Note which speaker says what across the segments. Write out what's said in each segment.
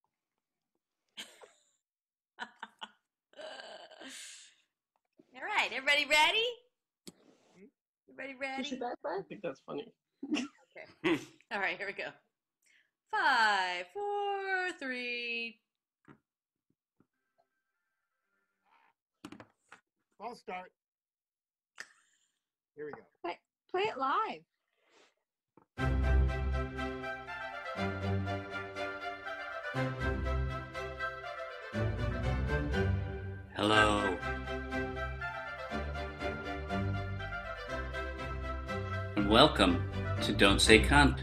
Speaker 1: right, everybody ready? Everybody
Speaker 2: You should
Speaker 1: ready?
Speaker 2: backfire. I think that's funny.
Speaker 1: All right, here we go. Five, four, three.
Speaker 3: I'll start. Here we go.
Speaker 4: Play it live.
Speaker 5: Hello. And welcome to Don't Say Cunt.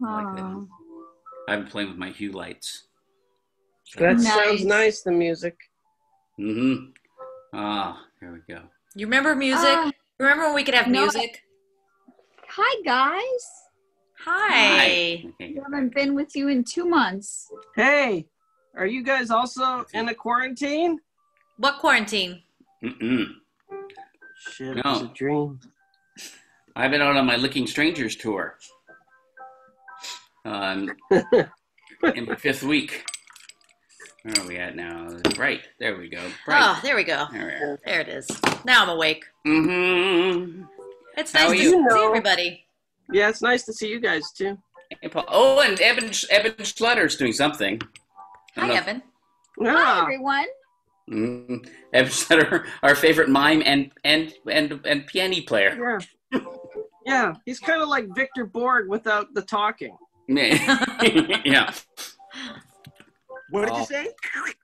Speaker 5: like that.
Speaker 4: Aw.
Speaker 5: I've been playing with my hue lights.
Speaker 2: That
Speaker 4: Nice.
Speaker 2: sounds nice. The music.
Speaker 5: Mm-hmm. Ah, here we go.
Speaker 1: You remember music?
Speaker 4: Ah,
Speaker 1: remember when we could have
Speaker 4: No.
Speaker 1: music?
Speaker 4: hi guys.
Speaker 1: Hi.
Speaker 5: Okay.
Speaker 4: We haven't been with you in two months.
Speaker 2: Hey, are you guys also in a quarantine?
Speaker 1: What quarantine?
Speaker 5: Mm-mm.
Speaker 2: Shit,
Speaker 5: No.
Speaker 2: it's a dream.
Speaker 5: I've been out on my Licking Strangers tour. Um, in my fifth week. Where are we at now? Right. There we go.
Speaker 1: Oh,
Speaker 5: Right.
Speaker 1: there we go.
Speaker 5: There we are.
Speaker 1: There it is. Now I'm awake.
Speaker 5: Mm-hmm.
Speaker 1: It's
Speaker 5: How
Speaker 1: nice
Speaker 5: are
Speaker 1: to
Speaker 5: you?
Speaker 1: see
Speaker 2: Hello.
Speaker 1: everybody.
Speaker 2: Yeah, it's nice to see you guys too.
Speaker 5: Hey, Paul. Oh, and Evan, Evan Schlutter's doing something. I don't
Speaker 1: Hi,
Speaker 5: know.
Speaker 1: Evan.
Speaker 5: Ah.
Speaker 4: Hi
Speaker 2: Yeah.
Speaker 4: everyone.
Speaker 5: Mm, Evan Schlutter, our favorite mime and and and and piano player.
Speaker 2: Yeah. Yeah, he's kind of like Victor Borg without the talking.
Speaker 5: yeah.
Speaker 3: What did
Speaker 5: Oh.
Speaker 3: you say?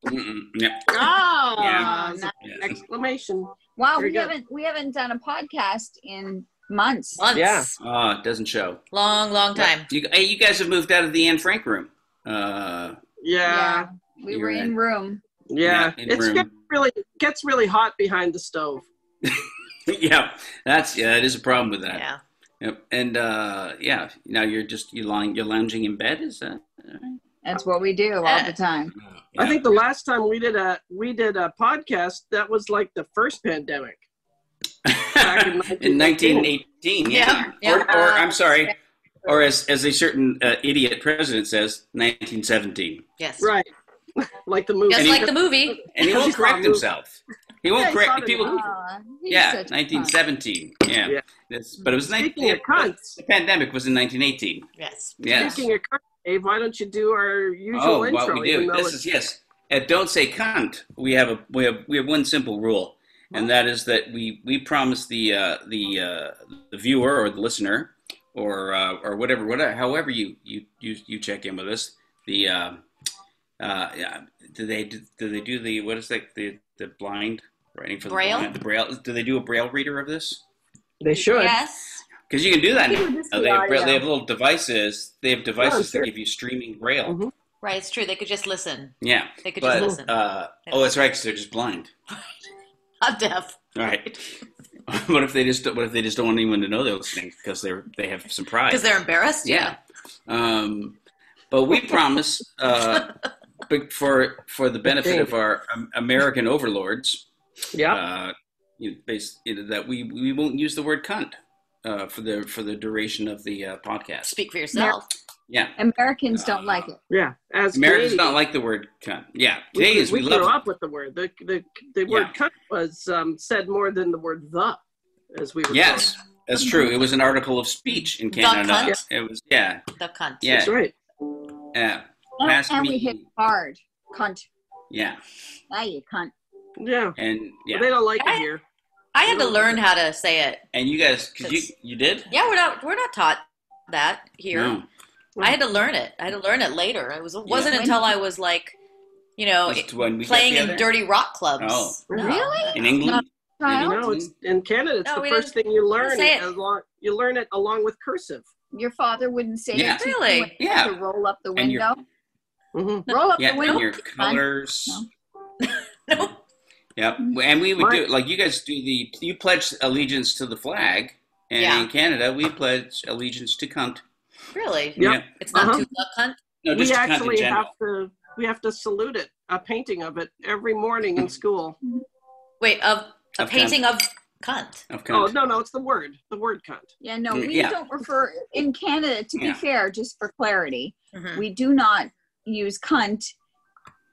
Speaker 5: Mm-mm. yeah.
Speaker 2: Oh,
Speaker 5: Yeah.
Speaker 2: it's an exclamation.
Speaker 4: Um, Wow,
Speaker 2: Here we
Speaker 4: we
Speaker 2: go.
Speaker 4: haven't we haven't done a podcast in months.
Speaker 1: Months.
Speaker 2: Yeah.
Speaker 5: Ah, it doesn't show.
Speaker 1: Long, long time.
Speaker 5: You, hey, you guys have moved out of the Anne Frank room. Uh,
Speaker 2: Yeah,
Speaker 4: We
Speaker 5: You're
Speaker 4: were in room.
Speaker 2: yeah.
Speaker 5: in
Speaker 2: It's
Speaker 5: room.
Speaker 2: got really gets really hot behind the stove.
Speaker 5: yeah, that's yeah, it is a problem with that.
Speaker 1: Yeah.
Speaker 5: Yep. And uh, yeah, now you're just you're lying, you're lounging in bed. Is that? Oh,
Speaker 4: That's what we do all
Speaker 5: Uh,
Speaker 4: the time.
Speaker 2: I think the last time we did a we did a podcast that was like the first pandemic. back in
Speaker 5: in 1918. Yeah.
Speaker 1: Yeah.
Speaker 5: Or, or I'm sorry, or as as a certain uh, idiot president says, 1917.
Speaker 1: Yes.
Speaker 2: Right. like the movie.
Speaker 1: Just
Speaker 5: he-
Speaker 1: like the movie.
Speaker 5: And he won't
Speaker 2: He's not
Speaker 5: correct
Speaker 2: moving.
Speaker 5: himself. He won't
Speaker 2: Yeah, he's
Speaker 5: correct
Speaker 2: not
Speaker 5: people.
Speaker 2: moving.
Speaker 4: Aw, he's
Speaker 5: Yeah,
Speaker 4: such fun.
Speaker 5: 1917. Yeah.
Speaker 2: Yeah.
Speaker 5: This- but it was 19,
Speaker 2: Speaking of cunts,
Speaker 5: the pandemic was in 1918.
Speaker 1: Yes.
Speaker 5: Yes.
Speaker 2: speaking of cunts, Dave, why don't you do our usual
Speaker 5: oh,
Speaker 2: intro?
Speaker 5: what we
Speaker 2: even
Speaker 5: do.
Speaker 2: though it's-
Speaker 5: This is yes. At Don't Say Cunt, we have a we have we have one simple rule, and that is that we we promise the uh, the uh, the viewer or the listener or uh, or whatever whatever however you you you, you check in with us the. Uh, uh, yeah, do they do, do they do the what is that the the blind writing for the
Speaker 1: Braille?
Speaker 5: blind? the braille do they do a braille reader of this
Speaker 2: they should.
Speaker 1: Yes.
Speaker 5: because you can do that
Speaker 4: We
Speaker 5: now.
Speaker 4: do this
Speaker 5: Uh,
Speaker 4: with
Speaker 5: they, have, braille- they
Speaker 4: audio.
Speaker 5: have little devices they have devices
Speaker 2: Oh, sure.
Speaker 5: that give you streaming braille
Speaker 2: Mhm.
Speaker 1: Right. It's true. They could just listen.
Speaker 5: yeah
Speaker 1: They could
Speaker 5: but
Speaker 1: just listen.
Speaker 5: uh,
Speaker 1: Yeah.
Speaker 5: oh, that's right, because they're just blind.
Speaker 1: I'm deaf.
Speaker 5: All right. what if they just what if they just don't want anyone to know they're listening because they're they have some pride?
Speaker 1: Because they're embarrassed.
Speaker 5: yeah. Um, but we promise, uh, but for for the benefit of our um, American overlords,
Speaker 2: Yeah.
Speaker 5: uh, you know, based, you know, that we we won't use the word cunt uh, for the for the duration of the uh, podcast.
Speaker 1: Speak for yourself.
Speaker 5: Yeah.
Speaker 4: Americans
Speaker 5: Uh,
Speaker 4: don't like it.
Speaker 2: Yeah. As
Speaker 5: Americans
Speaker 2: Canadians,
Speaker 5: don't like the word cunt. Yeah,
Speaker 2: we-
Speaker 5: Canadians we,
Speaker 2: we,
Speaker 5: love
Speaker 2: grew
Speaker 5: it.
Speaker 2: up with the word. The the, the word cunt was um, said more than the word the, as we were.
Speaker 5: Yes, that's true. It was an article of speech in
Speaker 1: The
Speaker 5: Canada.
Speaker 1: cunt.
Speaker 5: It was yeah,
Speaker 1: The cunt.
Speaker 2: taught.
Speaker 5: yeah,
Speaker 2: That's right.
Speaker 5: yeah,
Speaker 4: And,
Speaker 5: Ask
Speaker 4: and
Speaker 5: Uh, me.
Speaker 4: we hit hard. Cunt.
Speaker 5: yeah,
Speaker 4: Ah, you cunt.
Speaker 2: Yeah.
Speaker 5: and yeah,
Speaker 2: They don't like
Speaker 1: I-
Speaker 2: it here.
Speaker 1: I had to learn how to say it.
Speaker 5: and you guys, could you
Speaker 1: That's-
Speaker 5: you did?
Speaker 1: Yeah, we're not we're not taught that here.
Speaker 5: No.
Speaker 1: I had to learn it. I had to learn it later. It was it wasn't
Speaker 4: Yeah.
Speaker 1: until I was like, you know,
Speaker 5: Just when we got
Speaker 1: Oh, playing in
Speaker 5: together?
Speaker 1: dirty rock clubs.
Speaker 5: Oh.
Speaker 1: No.
Speaker 4: Really?
Speaker 5: in England.
Speaker 2: You
Speaker 4: Kyle,
Speaker 5: Well,
Speaker 2: know, it's in Canada. It's
Speaker 1: No,
Speaker 2: the
Speaker 1: we
Speaker 2: first thing you learn.
Speaker 1: say it.
Speaker 2: Along, you learn it along with cursive.
Speaker 4: your father wouldn't say
Speaker 5: Yeah.
Speaker 4: it to you
Speaker 1: Really?
Speaker 4: when you
Speaker 5: Yeah.
Speaker 4: had to roll up the
Speaker 5: And your-
Speaker 4: window.
Speaker 2: Mhm.
Speaker 4: Roll up
Speaker 5: Yeah,
Speaker 4: the
Speaker 5: and
Speaker 4: window.
Speaker 5: your colors.
Speaker 1: No.
Speaker 5: Yep, and we would
Speaker 2: My-
Speaker 5: do like you guys do the you pledge allegiance to the flag, and
Speaker 1: Yeah.
Speaker 5: in Canada we pledge allegiance to cunt.
Speaker 1: Really?
Speaker 2: Yep.
Speaker 5: Yeah,
Speaker 1: It's not
Speaker 2: Uh-huh.
Speaker 1: too luck hunt.
Speaker 5: no, just
Speaker 2: we
Speaker 5: to cunt in
Speaker 2: actually
Speaker 5: general.
Speaker 2: have to we have to salute
Speaker 5: Hmm.
Speaker 2: it, a painting of it every morning in school.
Speaker 1: Wait, of a
Speaker 5: Of
Speaker 1: painting of Cunt.
Speaker 5: of
Speaker 2: Oh
Speaker 5: cunt.
Speaker 2: no, no, it's the word. The word cunt.
Speaker 4: Yeah, no,
Speaker 5: Mm,
Speaker 4: we
Speaker 5: yeah.
Speaker 4: don't refer in Canada. To
Speaker 5: Yeah.
Speaker 4: be
Speaker 5: Mm.
Speaker 4: fair, just for clarity,
Speaker 1: Mhm.
Speaker 4: we do not use cunt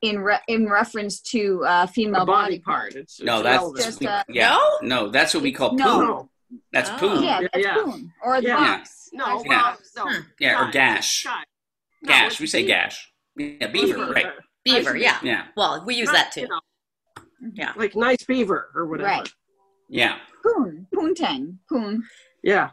Speaker 4: in re- in reference to uh, female
Speaker 2: A body
Speaker 4: body,
Speaker 2: part. It's,
Speaker 5: No,
Speaker 2: it's
Speaker 5: that's
Speaker 2: relevant.
Speaker 4: Just,
Speaker 5: we-
Speaker 4: uh,
Speaker 5: yeah.
Speaker 1: No?
Speaker 5: No, that's what we call poo.
Speaker 4: No.
Speaker 2: no,
Speaker 5: That's
Speaker 1: Oh.
Speaker 5: poo. Yeah,
Speaker 4: Yeah, that's
Speaker 2: Yeah.
Speaker 4: boom or the
Speaker 2: Yeah.
Speaker 4: box.
Speaker 2: no,
Speaker 5: Yeah.
Speaker 2: well, no.
Speaker 1: Hmm.
Speaker 5: or
Speaker 2: guy.
Speaker 5: gash.
Speaker 2: Guy. No,
Speaker 5: Gash.
Speaker 2: it's
Speaker 5: We say
Speaker 2: beaver.
Speaker 5: gash. Yeah, beaver.
Speaker 2: Beaver.
Speaker 5: Right.
Speaker 1: Beaver, yeah.
Speaker 5: Yeah.
Speaker 1: Well, we use
Speaker 2: Not,
Speaker 1: that
Speaker 2: you
Speaker 1: too.
Speaker 2: know,
Speaker 1: Yeah.
Speaker 2: like nice beaver or whatever.
Speaker 4: Right.
Speaker 5: Yeah.
Speaker 4: Poon, poontang, poon.
Speaker 2: Yeah.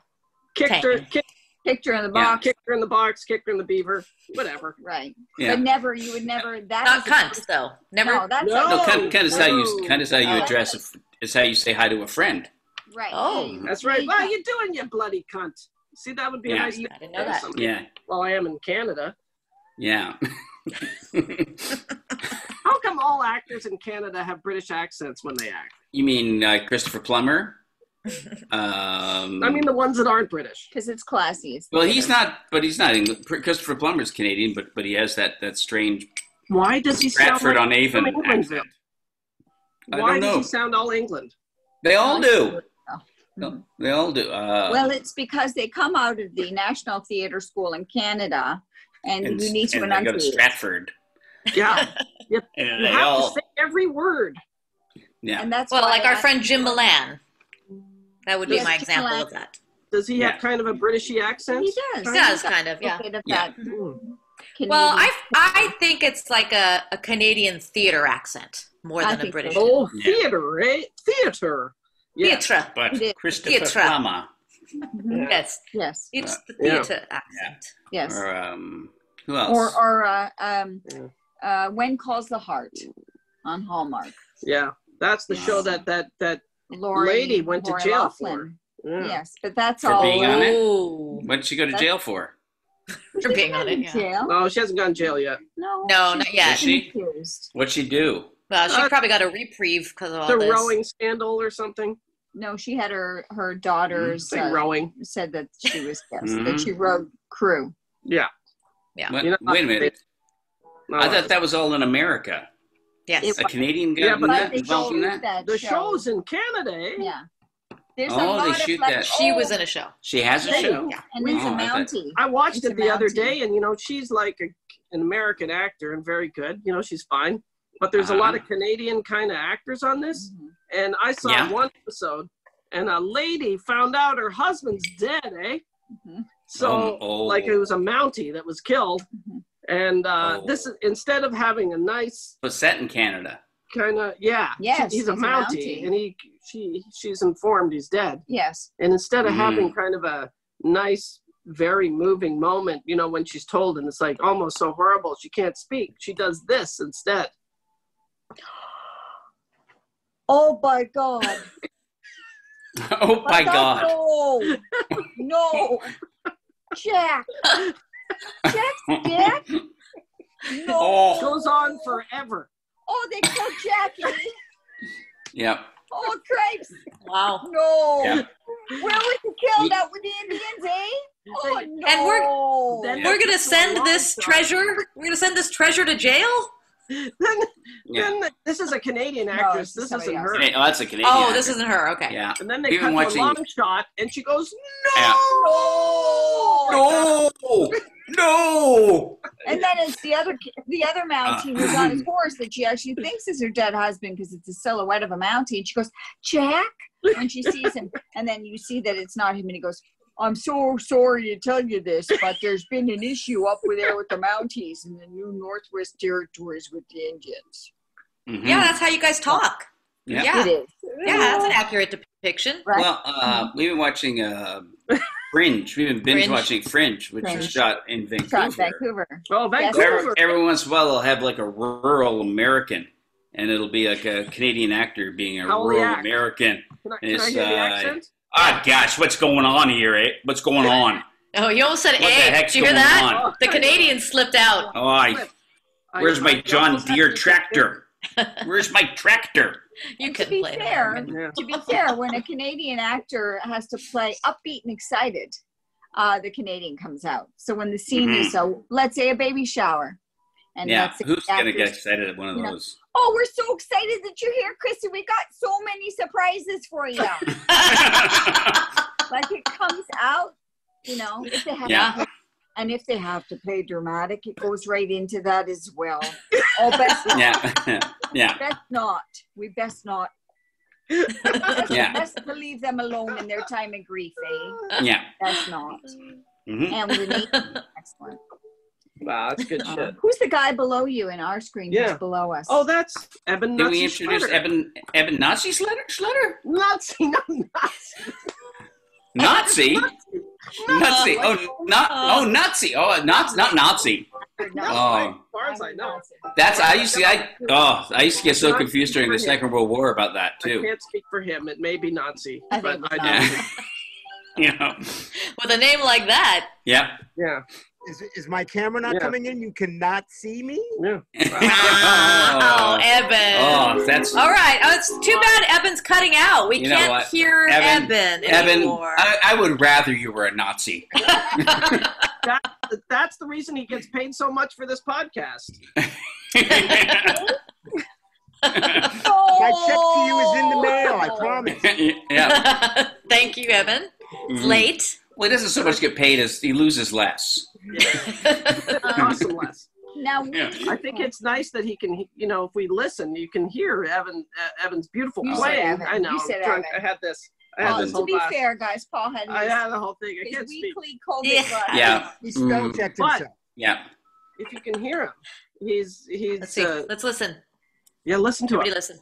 Speaker 2: Kicked her,
Speaker 1: Tang.
Speaker 2: kick,
Speaker 4: Picture in the
Speaker 5: Yeah.
Speaker 4: box.
Speaker 2: kicked her in the box, kicked her in the beaver, whatever.
Speaker 4: Right.
Speaker 5: Yeah.
Speaker 4: But never, you would never. That
Speaker 1: Not
Speaker 4: is a-
Speaker 1: cunt though. Never.
Speaker 4: No, that's
Speaker 2: No.
Speaker 5: No,
Speaker 4: a,
Speaker 5: cunt, cunt is how you
Speaker 2: Whoa.
Speaker 5: cunt is how you
Speaker 1: Oh.
Speaker 5: address. a f- Is how you say hi to a friend.
Speaker 4: right.
Speaker 1: Oh.
Speaker 4: yeah, you-
Speaker 2: That's right.
Speaker 4: yeah,
Speaker 2: Well,
Speaker 4: you-
Speaker 2: you doing, you bloody cunt. See, that would be a
Speaker 5: Yeah.
Speaker 2: nice.
Speaker 1: I didn't know that.
Speaker 5: Yeah.
Speaker 2: Well, I am in Canada.
Speaker 5: Yeah.
Speaker 2: How come all actors in Canada have British accents when they act?
Speaker 5: you mean uh, Christopher Plummer? Um,
Speaker 2: I mean, the ones that aren't British.
Speaker 4: because it's classy. It's
Speaker 5: well, he's not, but he's not English. Christopher Plummer's Canadian, but but he has that that strange
Speaker 2: Why does he sound
Speaker 5: Stratford
Speaker 2: like
Speaker 5: on Avon
Speaker 2: from Englandville?
Speaker 5: accent. I
Speaker 2: Why
Speaker 5: don't
Speaker 2: does
Speaker 5: know.
Speaker 2: he sound all England?
Speaker 5: They all do.
Speaker 4: Mhm.
Speaker 5: They all do. Uh,
Speaker 4: Well, it's because they come out of the National Theatre School in Canada, and, you need to
Speaker 5: and they go to
Speaker 4: enunciate.
Speaker 5: Stratford,
Speaker 2: Yeah,
Speaker 5: and
Speaker 2: you
Speaker 5: they
Speaker 2: have to
Speaker 5: all
Speaker 2: say every word.
Speaker 5: yeah.
Speaker 4: And that's
Speaker 1: Well,
Speaker 4: why
Speaker 1: like our
Speaker 4: I-
Speaker 1: friend Jim Milan. That would be
Speaker 4: Yes,
Speaker 1: my
Speaker 4: Jim
Speaker 1: example
Speaker 4: Milan.
Speaker 1: of that.
Speaker 2: Does he
Speaker 5: Yeah.
Speaker 2: have kind of a Britishy accent?
Speaker 4: He does.
Speaker 1: He does kind of, yeah.
Speaker 4: Bit of
Speaker 5: Yeah.
Speaker 4: that
Speaker 2: Hmm.
Speaker 1: Well, I
Speaker 4: Canadian-
Speaker 1: I think it's like a, a Canadian theater accent more
Speaker 4: I
Speaker 1: than a
Speaker 4: think so.
Speaker 1: British. one.
Speaker 2: Oh,
Speaker 5: Yeah.
Speaker 2: theater, eh? Theater. Yeah.
Speaker 1: Theatre.
Speaker 5: But
Speaker 4: It is.
Speaker 5: Christopher
Speaker 1: Theatre.
Speaker 5: Plummer,
Speaker 4: Mhm.
Speaker 1: Yes,
Speaker 4: yes,
Speaker 1: it's the
Speaker 2: Yeah.
Speaker 1: theater accent.
Speaker 4: yes.
Speaker 5: or um, who else?
Speaker 4: Or or uh, um,
Speaker 2: Yeah.
Speaker 4: uh, when calls the heart on Hallmark.
Speaker 2: Yeah, that's the
Speaker 5: Yeah.
Speaker 2: show that that that.
Speaker 4: Lori,
Speaker 2: Lady went to
Speaker 4: Lori
Speaker 2: jail
Speaker 4: Loughlin.
Speaker 2: yeah.
Speaker 4: Yes, but that's
Speaker 5: For
Speaker 4: all.
Speaker 5: being on it?
Speaker 1: Oh,
Speaker 5: what did she go to
Speaker 4: That's-
Speaker 5: jail for?
Speaker 1: for being on it.
Speaker 4: in
Speaker 1: Yeah.
Speaker 4: jail.
Speaker 2: Oh, she hasn't gone to jail yet.
Speaker 4: No,
Speaker 1: No,
Speaker 4: she's
Speaker 1: not yet.
Speaker 5: Is she?
Speaker 4: accused.
Speaker 5: What'd she do?
Speaker 1: Well, she
Speaker 2: Uh,
Speaker 1: probably got a reprieve because of all
Speaker 2: The
Speaker 1: this.
Speaker 2: rowing scandal or something.
Speaker 4: No, she had her her daughters
Speaker 2: Say
Speaker 4: uh,
Speaker 2: rowing.
Speaker 4: said that she was yes, that
Speaker 5: Mhm.
Speaker 4: she rode crew.
Speaker 2: Yeah.
Speaker 1: Yeah.
Speaker 5: What-
Speaker 2: You know,
Speaker 5: wait a minute.
Speaker 2: No,
Speaker 5: I thought that was all in America.
Speaker 1: Yes.
Speaker 4: It-
Speaker 5: A Canadian got
Speaker 2: Yeah, but
Speaker 5: not
Speaker 4: they
Speaker 5: involved in
Speaker 4: shoot
Speaker 5: that.
Speaker 2: the
Speaker 4: show.
Speaker 2: show's in Canada. Eh?
Speaker 4: Yeah. There's a
Speaker 5: Oh, they
Speaker 4: lot
Speaker 5: shoot
Speaker 4: of like,
Speaker 5: that.
Speaker 1: she was in a show.
Speaker 5: She has a
Speaker 4: Yeah.
Speaker 5: show.
Speaker 1: Yeah.
Speaker 4: and there's
Speaker 5: Oh,
Speaker 4: a
Speaker 5: I bet.
Speaker 4: Mountie.
Speaker 2: I watched
Speaker 4: It's
Speaker 2: it the other
Speaker 4: amazing.
Speaker 2: day, and you know she's like a, an American actor and very good. You know she's fine, but there's a lot
Speaker 5: Uh-huh.
Speaker 2: of Canadian kind of actors on this.
Speaker 4: Mhm.
Speaker 2: And I saw
Speaker 5: Yeah.
Speaker 2: one episode, and a lady found out her husband's dead. Eh?
Speaker 4: Mhm.
Speaker 2: So
Speaker 5: Um, oh.
Speaker 2: like it was a Mountie that was killed,
Speaker 4: Mhm.
Speaker 2: and uh,
Speaker 5: Oh.
Speaker 2: this is instead of having a nice
Speaker 5: Was set in Canada.
Speaker 2: kind of yeah
Speaker 4: Yes,
Speaker 2: he's a mountie, and he she she's informed he's dead
Speaker 4: Yes.
Speaker 2: and instead of
Speaker 5: Mm.
Speaker 2: having kind of a nice very moving moment you know when she's told and it's like almost so horrible she can't speak she does this instead
Speaker 4: Oh my God.
Speaker 5: oh my God!
Speaker 4: No. No. Jack. Jack's Jack. No.
Speaker 5: Oh.
Speaker 2: goes on forever
Speaker 4: Oh, they killed Jackie.
Speaker 5: Yep.
Speaker 4: Oh, cripes.
Speaker 1: Wow.
Speaker 4: No.
Speaker 5: Yeah.
Speaker 4: Where was he killed?
Speaker 5: Ye-
Speaker 4: Out with the Indians, eh? Oh,
Speaker 2: They-
Speaker 4: no.
Speaker 1: And we're-
Speaker 2: Then-
Speaker 5: Yeah.
Speaker 1: We're gonna
Speaker 2: It's a
Speaker 1: send
Speaker 2: long
Speaker 1: this
Speaker 2: shot.
Speaker 1: treasure. We're gonna send this treasure to jail.
Speaker 2: then,
Speaker 5: Yeah.
Speaker 2: then this is a canadian
Speaker 4: No,
Speaker 2: actress
Speaker 4: it's
Speaker 2: this isn't
Speaker 4: somebody
Speaker 2: her
Speaker 5: Hey, oh, that's a Canadian.
Speaker 1: Oh, this
Speaker 5: actor.
Speaker 1: isn't her. Okay.
Speaker 5: Yeah.
Speaker 2: and then they
Speaker 5: We've
Speaker 2: cut
Speaker 5: been
Speaker 2: to
Speaker 5: watching-
Speaker 2: a long shot and she goes
Speaker 5: Yeah.
Speaker 4: No. Oh,
Speaker 5: No. No.
Speaker 4: And then it's the other the other Mountie who's on his
Speaker 1: Uh.
Speaker 4: horse that she actually thinks is her dead husband because it's a silhouette of a Mountie. And she goes, Jack, when she sees him. And then you see that it's not him. And he goes, I'm so sorry to tell you this, but there's been an issue up there with the Mounties in the new Northwest Territories with the Indians.
Speaker 5: Mhm.
Speaker 1: Yeah, that's how you guys talk.
Speaker 5: Yeah.
Speaker 1: Yeah.
Speaker 4: It is.
Speaker 2: "Mm,
Speaker 1: Yeah, that's an accurate depiction.
Speaker 4: Right.
Speaker 5: Well, uh,
Speaker 4: Mm-hmm.
Speaker 5: we've been watching uh, Fringe. We've been binge
Speaker 1: Fringe.
Speaker 5: watching Fringe, which
Speaker 4: Fringe.
Speaker 5: is shot in Vancouver.
Speaker 4: Shot in Vancouver.
Speaker 2: oh
Speaker 4: Yes.
Speaker 5: Every,
Speaker 2: vancouver
Speaker 5: every once in a while, they'll have like a rural American, and it'll be like a Canadian actor being a
Speaker 2: How will he
Speaker 5: rural
Speaker 2: act?
Speaker 5: American.
Speaker 2: can i, can
Speaker 5: It's,
Speaker 2: I hear the
Speaker 5: uh,
Speaker 2: accent
Speaker 5: Ah, gosh, what's going on here? Eh? What's going on?
Speaker 1: Oh, you almost said
Speaker 5: What the
Speaker 1: A.
Speaker 5: heck's
Speaker 1: Did you hear
Speaker 5: going
Speaker 1: that?
Speaker 5: on?
Speaker 2: Oh,
Speaker 1: The Canadian slipped out.
Speaker 5: Oh, I,
Speaker 2: I-
Speaker 5: where's
Speaker 2: I-
Speaker 5: my
Speaker 2: I
Speaker 5: John
Speaker 2: almost had
Speaker 5: Deere
Speaker 2: to-
Speaker 5: tractor? Where's my tractor?
Speaker 1: You
Speaker 4: to
Speaker 1: couldn't
Speaker 4: be
Speaker 1: play
Speaker 4: fair,
Speaker 1: that.
Speaker 2: yeah
Speaker 4: to be fair, when a Canadian actor has to play upbeat and excited, uh, the Canadian comes out. So when the scene is so, let's say a baby shower, And
Speaker 5: Mm-hmm. yeah,
Speaker 4: that's
Speaker 5: who's gonna
Speaker 4: exactly-
Speaker 5: get excited at one of
Speaker 4: you know,
Speaker 5: those?
Speaker 4: Oh, we're so excited that you're here, Chrissy. We got so many surprises for you. like it comes out, you know. If they have
Speaker 5: Yeah.
Speaker 4: to, and if they have to play dramatic, it goes right into that as well. Oh, best not.
Speaker 5: yeah, yeah,
Speaker 4: Best not. We best not.
Speaker 5: yeah,
Speaker 4: Best to leave them alone in their time of grief, eh?
Speaker 5: yeah.
Speaker 4: Best not.
Speaker 5: hmm
Speaker 4: And Renee, excellent.
Speaker 2: Wow, that's good
Speaker 4: Uh,
Speaker 2: shit.
Speaker 4: who's the guy below you in our screen?
Speaker 2: Yeah.
Speaker 4: Who's below us?
Speaker 2: Oh, that's Eben
Speaker 5: Did we
Speaker 2: Nazi
Speaker 5: introduce
Speaker 2: Schletter.
Speaker 5: Eben Eben Nazi Schletter? Schletter?
Speaker 2: Nazi, not Nazi.
Speaker 5: Nazi? Nazi? Oh, not oh Nazi? Oh, not not Nazi.
Speaker 4: No.
Speaker 5: Oh,
Speaker 2: As far as I know.
Speaker 5: that's I used to I oh I used to get so confused during the Second World War about that
Speaker 2: I
Speaker 5: too.
Speaker 2: can't speak for him. It may be Nazi,
Speaker 4: I
Speaker 2: but
Speaker 4: think
Speaker 2: I
Speaker 4: it's
Speaker 2: don't.
Speaker 5: Yeah. You know.
Speaker 1: With a name like that,
Speaker 5: Yep.
Speaker 2: Yeah,
Speaker 3: Is, is my camera not
Speaker 2: Yeah.
Speaker 3: coming in? You cannot see me?
Speaker 2: yeah.
Speaker 1: wow, Eben.
Speaker 5: Oh, that's
Speaker 1: All right. Oh, it's too bad Eben's cutting out. We
Speaker 5: You know
Speaker 1: can't
Speaker 5: what?
Speaker 1: hear
Speaker 5: Eben-
Speaker 1: Eben,
Speaker 5: Evan.
Speaker 1: anymore.
Speaker 5: I, I would rather you were a Nazi.
Speaker 2: But That's the reason he gets paid so much for this podcast.
Speaker 3: My check to you is in the mail, I promise.
Speaker 5: yeah.
Speaker 1: Thank you, Eben. It's
Speaker 5: Mhm.
Speaker 1: late.
Speaker 5: Well, he doesn't so much get paid as he loses less.
Speaker 2: awesome, Les.
Speaker 4: Now, we-
Speaker 5: Yeah.
Speaker 2: Um, I think it's nice that he can, you know, if we listen, you can hear Evan uh, Evan's beautiful
Speaker 4: You
Speaker 2: playing.
Speaker 4: said Evan.
Speaker 2: I know.
Speaker 4: You said
Speaker 2: I'm drunk.
Speaker 4: Evan.
Speaker 2: I had this. I had
Speaker 4: Paul,
Speaker 2: this
Speaker 4: to
Speaker 2: whole
Speaker 4: be
Speaker 2: glass.
Speaker 4: fair, guys, Paul had
Speaker 2: I
Speaker 4: his,
Speaker 2: had the whole thing. I
Speaker 4: his
Speaker 2: can't speak.
Speaker 4: weekly COVID
Speaker 1: Yeah.
Speaker 4: glass.
Speaker 5: Yeah.
Speaker 3: He spell
Speaker 5: Mm.
Speaker 3: checked
Speaker 2: What?
Speaker 3: himself.
Speaker 5: Yeah.
Speaker 2: If you can hear him, he's
Speaker 1: Let's
Speaker 2: he's
Speaker 1: see.
Speaker 2: uh,
Speaker 1: Let's listen.
Speaker 2: yeah. Listen to
Speaker 1: Everybody
Speaker 2: him.
Speaker 1: listen.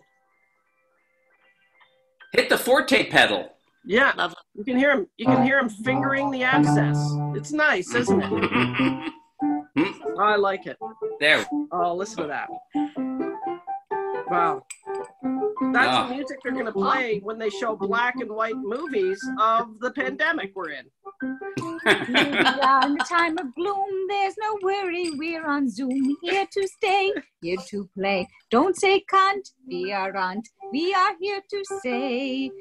Speaker 5: Hit the forte pedal.
Speaker 2: Yeah,
Speaker 1: Lovely.
Speaker 2: you can hear him. You can hear him fingering the abscess. It's nice, isn't it?
Speaker 4: Mm-hmm.
Speaker 2: I like it.
Speaker 5: there.
Speaker 2: Oh, listen to that. Wow. That's
Speaker 5: Wow.
Speaker 2: the music they're going to play when they show black and white movies of the pandemic we're in.
Speaker 4: Yeah, in the time of gloom, there's no worry. We're on Zoom, here to stay, here to play. Don't say can't, we are aren't. We are here to say.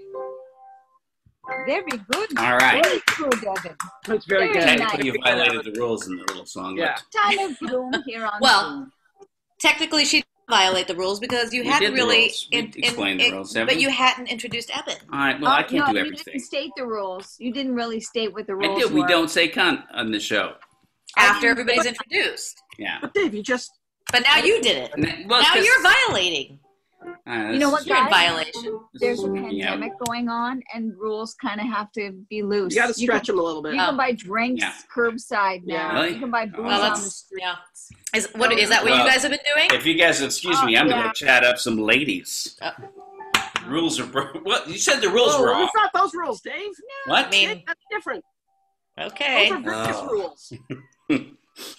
Speaker 4: Very good.
Speaker 5: All right.
Speaker 4: Very good, Evan.
Speaker 2: It's very
Speaker 4: Very
Speaker 2: good.
Speaker 4: nice.
Speaker 5: Technically, you violated the rules in the little song.
Speaker 2: Yeah.
Speaker 4: Time of gloom here on
Speaker 1: Well,
Speaker 4: Zoom.
Speaker 1: Technically, she didn't violate the rules because you
Speaker 5: We did
Speaker 1: hadn't
Speaker 5: the
Speaker 1: really
Speaker 5: rules. We explained the rules, haven't
Speaker 1: but
Speaker 5: we?
Speaker 1: you hadn't introduced Eben.
Speaker 5: All right. Well,
Speaker 4: Oh,
Speaker 5: I can't
Speaker 4: no,
Speaker 5: do
Speaker 4: You didn't
Speaker 5: everything.
Speaker 4: state the rules. You didn't really state what the
Speaker 5: I
Speaker 4: rules
Speaker 5: did. We
Speaker 4: were.
Speaker 5: don't say cunt on the show.
Speaker 1: After everybody's introduced,
Speaker 5: Yeah.
Speaker 2: But Dave, you just
Speaker 1: but now you did it.
Speaker 5: And that- well,
Speaker 1: Now
Speaker 5: 'cause-
Speaker 1: you're violating.
Speaker 5: Uh, this
Speaker 4: You know
Speaker 5: is-
Speaker 4: what,
Speaker 1: You're in
Speaker 4: Guys?
Speaker 1: violation.
Speaker 4: There's a
Speaker 5: Yeah.
Speaker 4: pandemic going on, and rules kind of have to be loose.
Speaker 2: you got to
Speaker 4: can-
Speaker 2: stretch him a little
Speaker 4: You
Speaker 2: bit.
Speaker 4: can buy drinks
Speaker 5: Yeah.
Speaker 4: curbside
Speaker 2: Yeah.
Speaker 4: now.
Speaker 5: Really?
Speaker 4: You can buy booze
Speaker 1: Well,
Speaker 4: on the
Speaker 1: that's
Speaker 4: street.
Speaker 1: yeah. Is what is that? What
Speaker 5: Well,
Speaker 1: you guys have been doing?
Speaker 5: If you guys excuse me, I'm going to chat up some ladies.
Speaker 1: Uh.
Speaker 5: rules are broken. What you said the rules were
Speaker 2: Oh,
Speaker 5: off.
Speaker 2: it's not those rules, Dave.
Speaker 1: I
Speaker 5: What?
Speaker 1: mean,
Speaker 2: That's different.
Speaker 1: okay.
Speaker 2: Those are Vegas
Speaker 5: Oh.
Speaker 2: rules.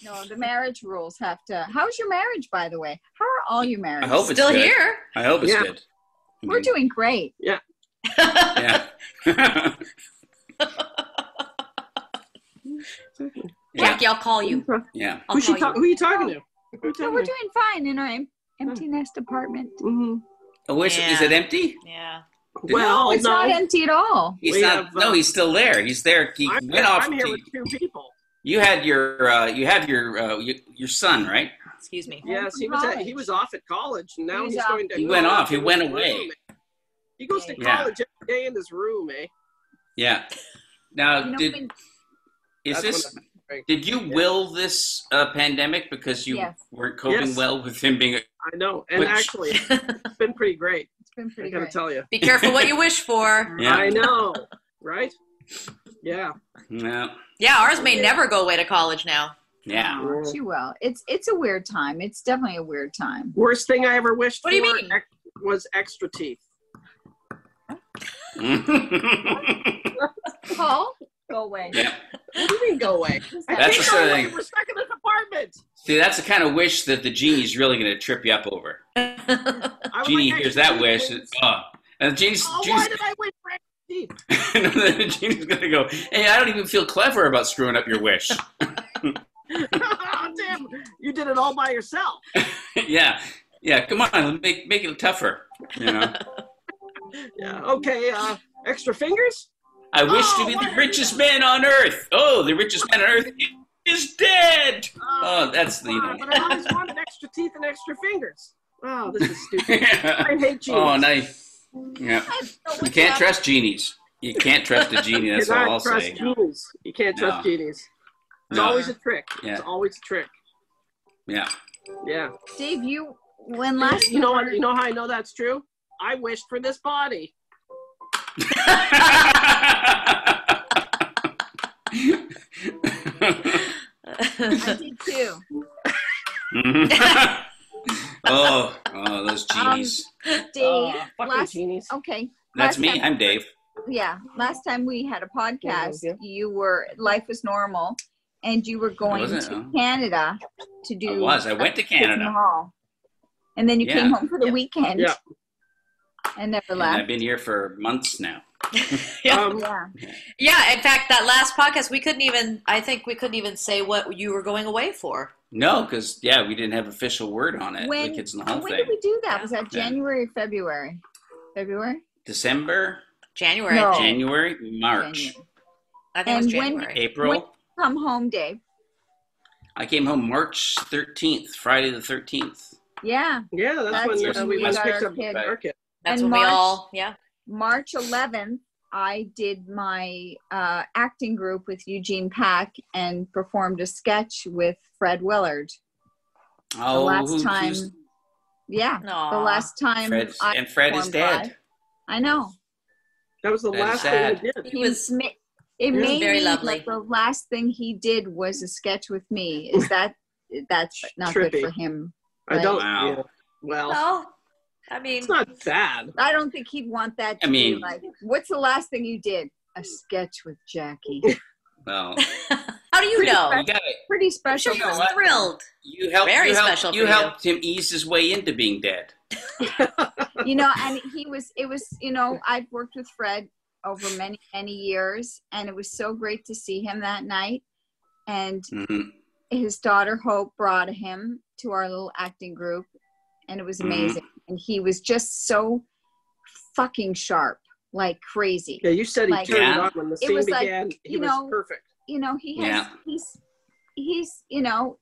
Speaker 4: No, the marriage rules have to. How's your marriage, by the way? How are all your
Speaker 5: I
Speaker 4: marriages?
Speaker 5: hope it's
Speaker 1: Still
Speaker 5: good.
Speaker 1: here.
Speaker 5: I hope it's
Speaker 2: Yeah.
Speaker 5: good.
Speaker 4: We're doing great.
Speaker 5: Yeah. yeah.
Speaker 1: Heck, yeah, I'll call you.
Speaker 5: Yeah.
Speaker 1: I'll call
Speaker 2: Who, she
Speaker 1: you.
Speaker 2: talk, who are you talking to? Who you
Speaker 4: No,
Speaker 2: talking
Speaker 4: we're
Speaker 2: to?
Speaker 4: doing fine in our em- empty nest apartment.
Speaker 2: Mhm.
Speaker 5: Oh, where's, Is it
Speaker 1: Yeah.
Speaker 5: empty?
Speaker 1: Yeah.
Speaker 2: Well,
Speaker 4: it's
Speaker 2: no.
Speaker 4: not empty at all.
Speaker 5: He's
Speaker 2: We
Speaker 5: not.
Speaker 2: have, uh,
Speaker 5: no, he's still there. He's there. He
Speaker 2: I'm,
Speaker 5: went off.
Speaker 2: I'm here
Speaker 5: to-
Speaker 2: with two people.
Speaker 5: you had your. Uh, you have your. Uh, your, your son, right?
Speaker 1: Excuse me.
Speaker 2: Yes,
Speaker 4: from
Speaker 2: he was at, he
Speaker 4: college.
Speaker 2: was off at college, and now
Speaker 4: He was
Speaker 2: he's
Speaker 4: off.
Speaker 2: going to.
Speaker 5: He went off. He went away.
Speaker 2: He goes to
Speaker 5: Yeah.
Speaker 2: college every day in his room, eh?
Speaker 5: Yeah. Now,
Speaker 4: You know,
Speaker 5: Uh, did
Speaker 4: when-
Speaker 5: is
Speaker 2: That's
Speaker 5: this?
Speaker 2: what I'm-
Speaker 5: Did you
Speaker 2: Yeah.
Speaker 5: will this uh, pandemic because you
Speaker 4: Yes.
Speaker 5: weren't coping
Speaker 2: Yes.
Speaker 5: well with him being?
Speaker 2: I know, and
Speaker 5: Which-
Speaker 2: actually, it's been pretty great.
Speaker 4: it's been
Speaker 2: I
Speaker 4: pretty
Speaker 2: gotta
Speaker 4: good.
Speaker 2: tell you.
Speaker 1: Be careful what you wish for.
Speaker 5: Yeah.
Speaker 2: I know, right? Yeah.
Speaker 5: No.
Speaker 1: Yeah, ours may never go away to college now.
Speaker 5: Yeah.
Speaker 4: She will. It's it's a weird time. It's definitely a weird time.
Speaker 2: Worst thing I ever wished
Speaker 1: What do you
Speaker 2: for
Speaker 1: mean?
Speaker 2: ex- was extra teeth.
Speaker 4: Paul, go away.
Speaker 5: yeah.
Speaker 2: What do you mean go away? I
Speaker 5: That's
Speaker 2: can't
Speaker 5: the
Speaker 2: go
Speaker 5: sort of
Speaker 2: away.
Speaker 5: thing-
Speaker 2: We're stuck in this apartment.
Speaker 5: See, that's the kind of wish that the genie's really going to trip you up over.
Speaker 2: Oh I would
Speaker 5: Genie
Speaker 2: like
Speaker 5: hears
Speaker 2: extra
Speaker 5: that
Speaker 2: teeth,
Speaker 5: wish.
Speaker 2: please.
Speaker 5: Oh. And the genie's,
Speaker 2: Oh, why
Speaker 5: genie's,
Speaker 2: did I wish for extra teeth?
Speaker 5: the genie's going to go, hey, I don't even feel clever about screwing up your wish.
Speaker 2: oh, damn, you did it all by yourself.
Speaker 5: yeah. Yeah. Come on. Make, make it tougher. You know?
Speaker 2: Yeah. Okay. Uh, extra fingers.
Speaker 5: I wish
Speaker 2: Oh,
Speaker 5: to be
Speaker 2: why
Speaker 5: the
Speaker 2: are you-
Speaker 5: richest man on earth. Oh, the richest man on earth is dead. Oh, that's the.
Speaker 2: Wow, but I always wanted extra teeth and extra fingers. Wow, this is stupid. I hate genies.
Speaker 5: oh, nice. Yeah, you can't trust genies. You can't trust a genie. That's
Speaker 2: you
Speaker 5: all
Speaker 2: cannot
Speaker 5: I'll
Speaker 2: trust
Speaker 5: say.
Speaker 2: genies. You can't trust
Speaker 5: No.
Speaker 2: genies. It's
Speaker 5: No.
Speaker 2: always a trick.
Speaker 5: Yeah.
Speaker 2: It's always a trick.
Speaker 5: Yeah.
Speaker 2: Yeah.
Speaker 4: Dave, you when last
Speaker 2: you know what? You know how I know that's true? I wished for this body.
Speaker 4: I did too.
Speaker 5: oh, oh, those
Speaker 4: Um,
Speaker 5: genies. Uh,
Speaker 4: Dave,
Speaker 2: Ah, fucking
Speaker 4: last, Oh,
Speaker 2: genies.
Speaker 4: okay, last
Speaker 5: That's me.
Speaker 4: time-
Speaker 5: I'm Dave.
Speaker 4: yeah. Last time we had a podcast,
Speaker 2: Yeah, yeah.
Speaker 4: you were life was normal, and you were going
Speaker 5: wasn't,
Speaker 4: to
Speaker 5: huh?
Speaker 4: Canada to do.
Speaker 5: I was. I went to
Speaker 4: Kids in the
Speaker 5: Canada.
Speaker 4: Hall. and then you
Speaker 5: Yeah.
Speaker 4: came home for the
Speaker 1: Yeah.
Speaker 4: weekend.
Speaker 2: Yeah.
Speaker 4: And never
Speaker 5: And I've
Speaker 4: left.
Speaker 5: been here for months now.
Speaker 1: Yeah.
Speaker 2: Um,
Speaker 4: yeah.
Speaker 1: yeah, in fact, that last podcast, we couldn't even, I think we couldn't even say what you were going away for.
Speaker 5: No, because yeah, we didn't have official word on it.
Speaker 4: When-
Speaker 5: the kids in the whole
Speaker 4: when
Speaker 5: thing.
Speaker 4: did we do that? Was that
Speaker 5: Yeah.
Speaker 4: January or February? February?
Speaker 5: December,
Speaker 1: January.
Speaker 4: No.
Speaker 1: I think,
Speaker 5: January, March,
Speaker 4: Oh. January.
Speaker 1: I think it was
Speaker 4: And when-
Speaker 1: January.
Speaker 5: April.
Speaker 4: When- Come home, Dave.
Speaker 5: I came home March thirteenth, Friday the thirteenth.
Speaker 4: Yeah.
Speaker 2: yeah, that's,
Speaker 4: That's
Speaker 2: when uh,
Speaker 5: when
Speaker 2: we
Speaker 5: we
Speaker 2: went
Speaker 5: got
Speaker 2: picked
Speaker 4: our
Speaker 2: up
Speaker 4: kid.
Speaker 2: market.
Speaker 1: That's
Speaker 4: and
Speaker 1: when we
Speaker 4: March-
Speaker 1: all, yeah.
Speaker 4: March 11th, I did my uh, acting group with Eugene Pack and performed a sketch with Fred Willard. The
Speaker 5: Oh,
Speaker 4: last
Speaker 5: who's-
Speaker 4: time.
Speaker 5: who's-
Speaker 4: Yeah. The
Speaker 1: Aw.
Speaker 4: last time
Speaker 5: Fred's,
Speaker 4: I,
Speaker 5: and Fred is
Speaker 4: performed
Speaker 5: dead.
Speaker 4: I know.
Speaker 2: That was the
Speaker 5: That is
Speaker 2: last
Speaker 5: sad.
Speaker 2: thing we did.
Speaker 1: He was,
Speaker 4: ma- it
Speaker 2: Yeah.
Speaker 4: made
Speaker 1: Very
Speaker 4: me,
Speaker 1: lovely.
Speaker 4: Like the last thing he did was a sketch with me. Is that that's not good
Speaker 2: Trippy.
Speaker 4: for him?
Speaker 2: I don't.
Speaker 5: Wow.
Speaker 2: yeah. Well,
Speaker 1: well, I mean,
Speaker 2: it's not bad.
Speaker 4: I don't think he'd want that. To
Speaker 5: I
Speaker 4: be
Speaker 5: mean-
Speaker 4: like, what's the last thing you did? A sketch with Jackie.
Speaker 5: Well,
Speaker 1: how do you know?
Speaker 5: you got it.
Speaker 4: Pretty
Speaker 1: I'm sure
Speaker 4: special.
Speaker 1: he
Speaker 5: You know
Speaker 1: was
Speaker 5: what?
Speaker 1: thrilled.
Speaker 5: You helped.
Speaker 1: Very
Speaker 5: you helped,
Speaker 1: special
Speaker 5: You
Speaker 1: for you.
Speaker 5: helped him ease his way into being dead.
Speaker 4: you know and he was it was you know i've worked with fred over many many years and it was so great to see him that night and
Speaker 5: Mhm.
Speaker 4: his daughter hope brought him to our little acting group and it was
Speaker 5: Mhm.
Speaker 4: amazing and he was just so fucking sharp like crazy
Speaker 2: Yeah, you said he
Speaker 4: Like-
Speaker 2: turned it
Speaker 5: Yeah.
Speaker 2: on when the
Speaker 4: It
Speaker 2: scene
Speaker 4: was like,
Speaker 2: began. he
Speaker 4: you
Speaker 2: was
Speaker 4: know,
Speaker 2: perfect.
Speaker 4: you know he has
Speaker 5: Yeah.
Speaker 4: he's he's you know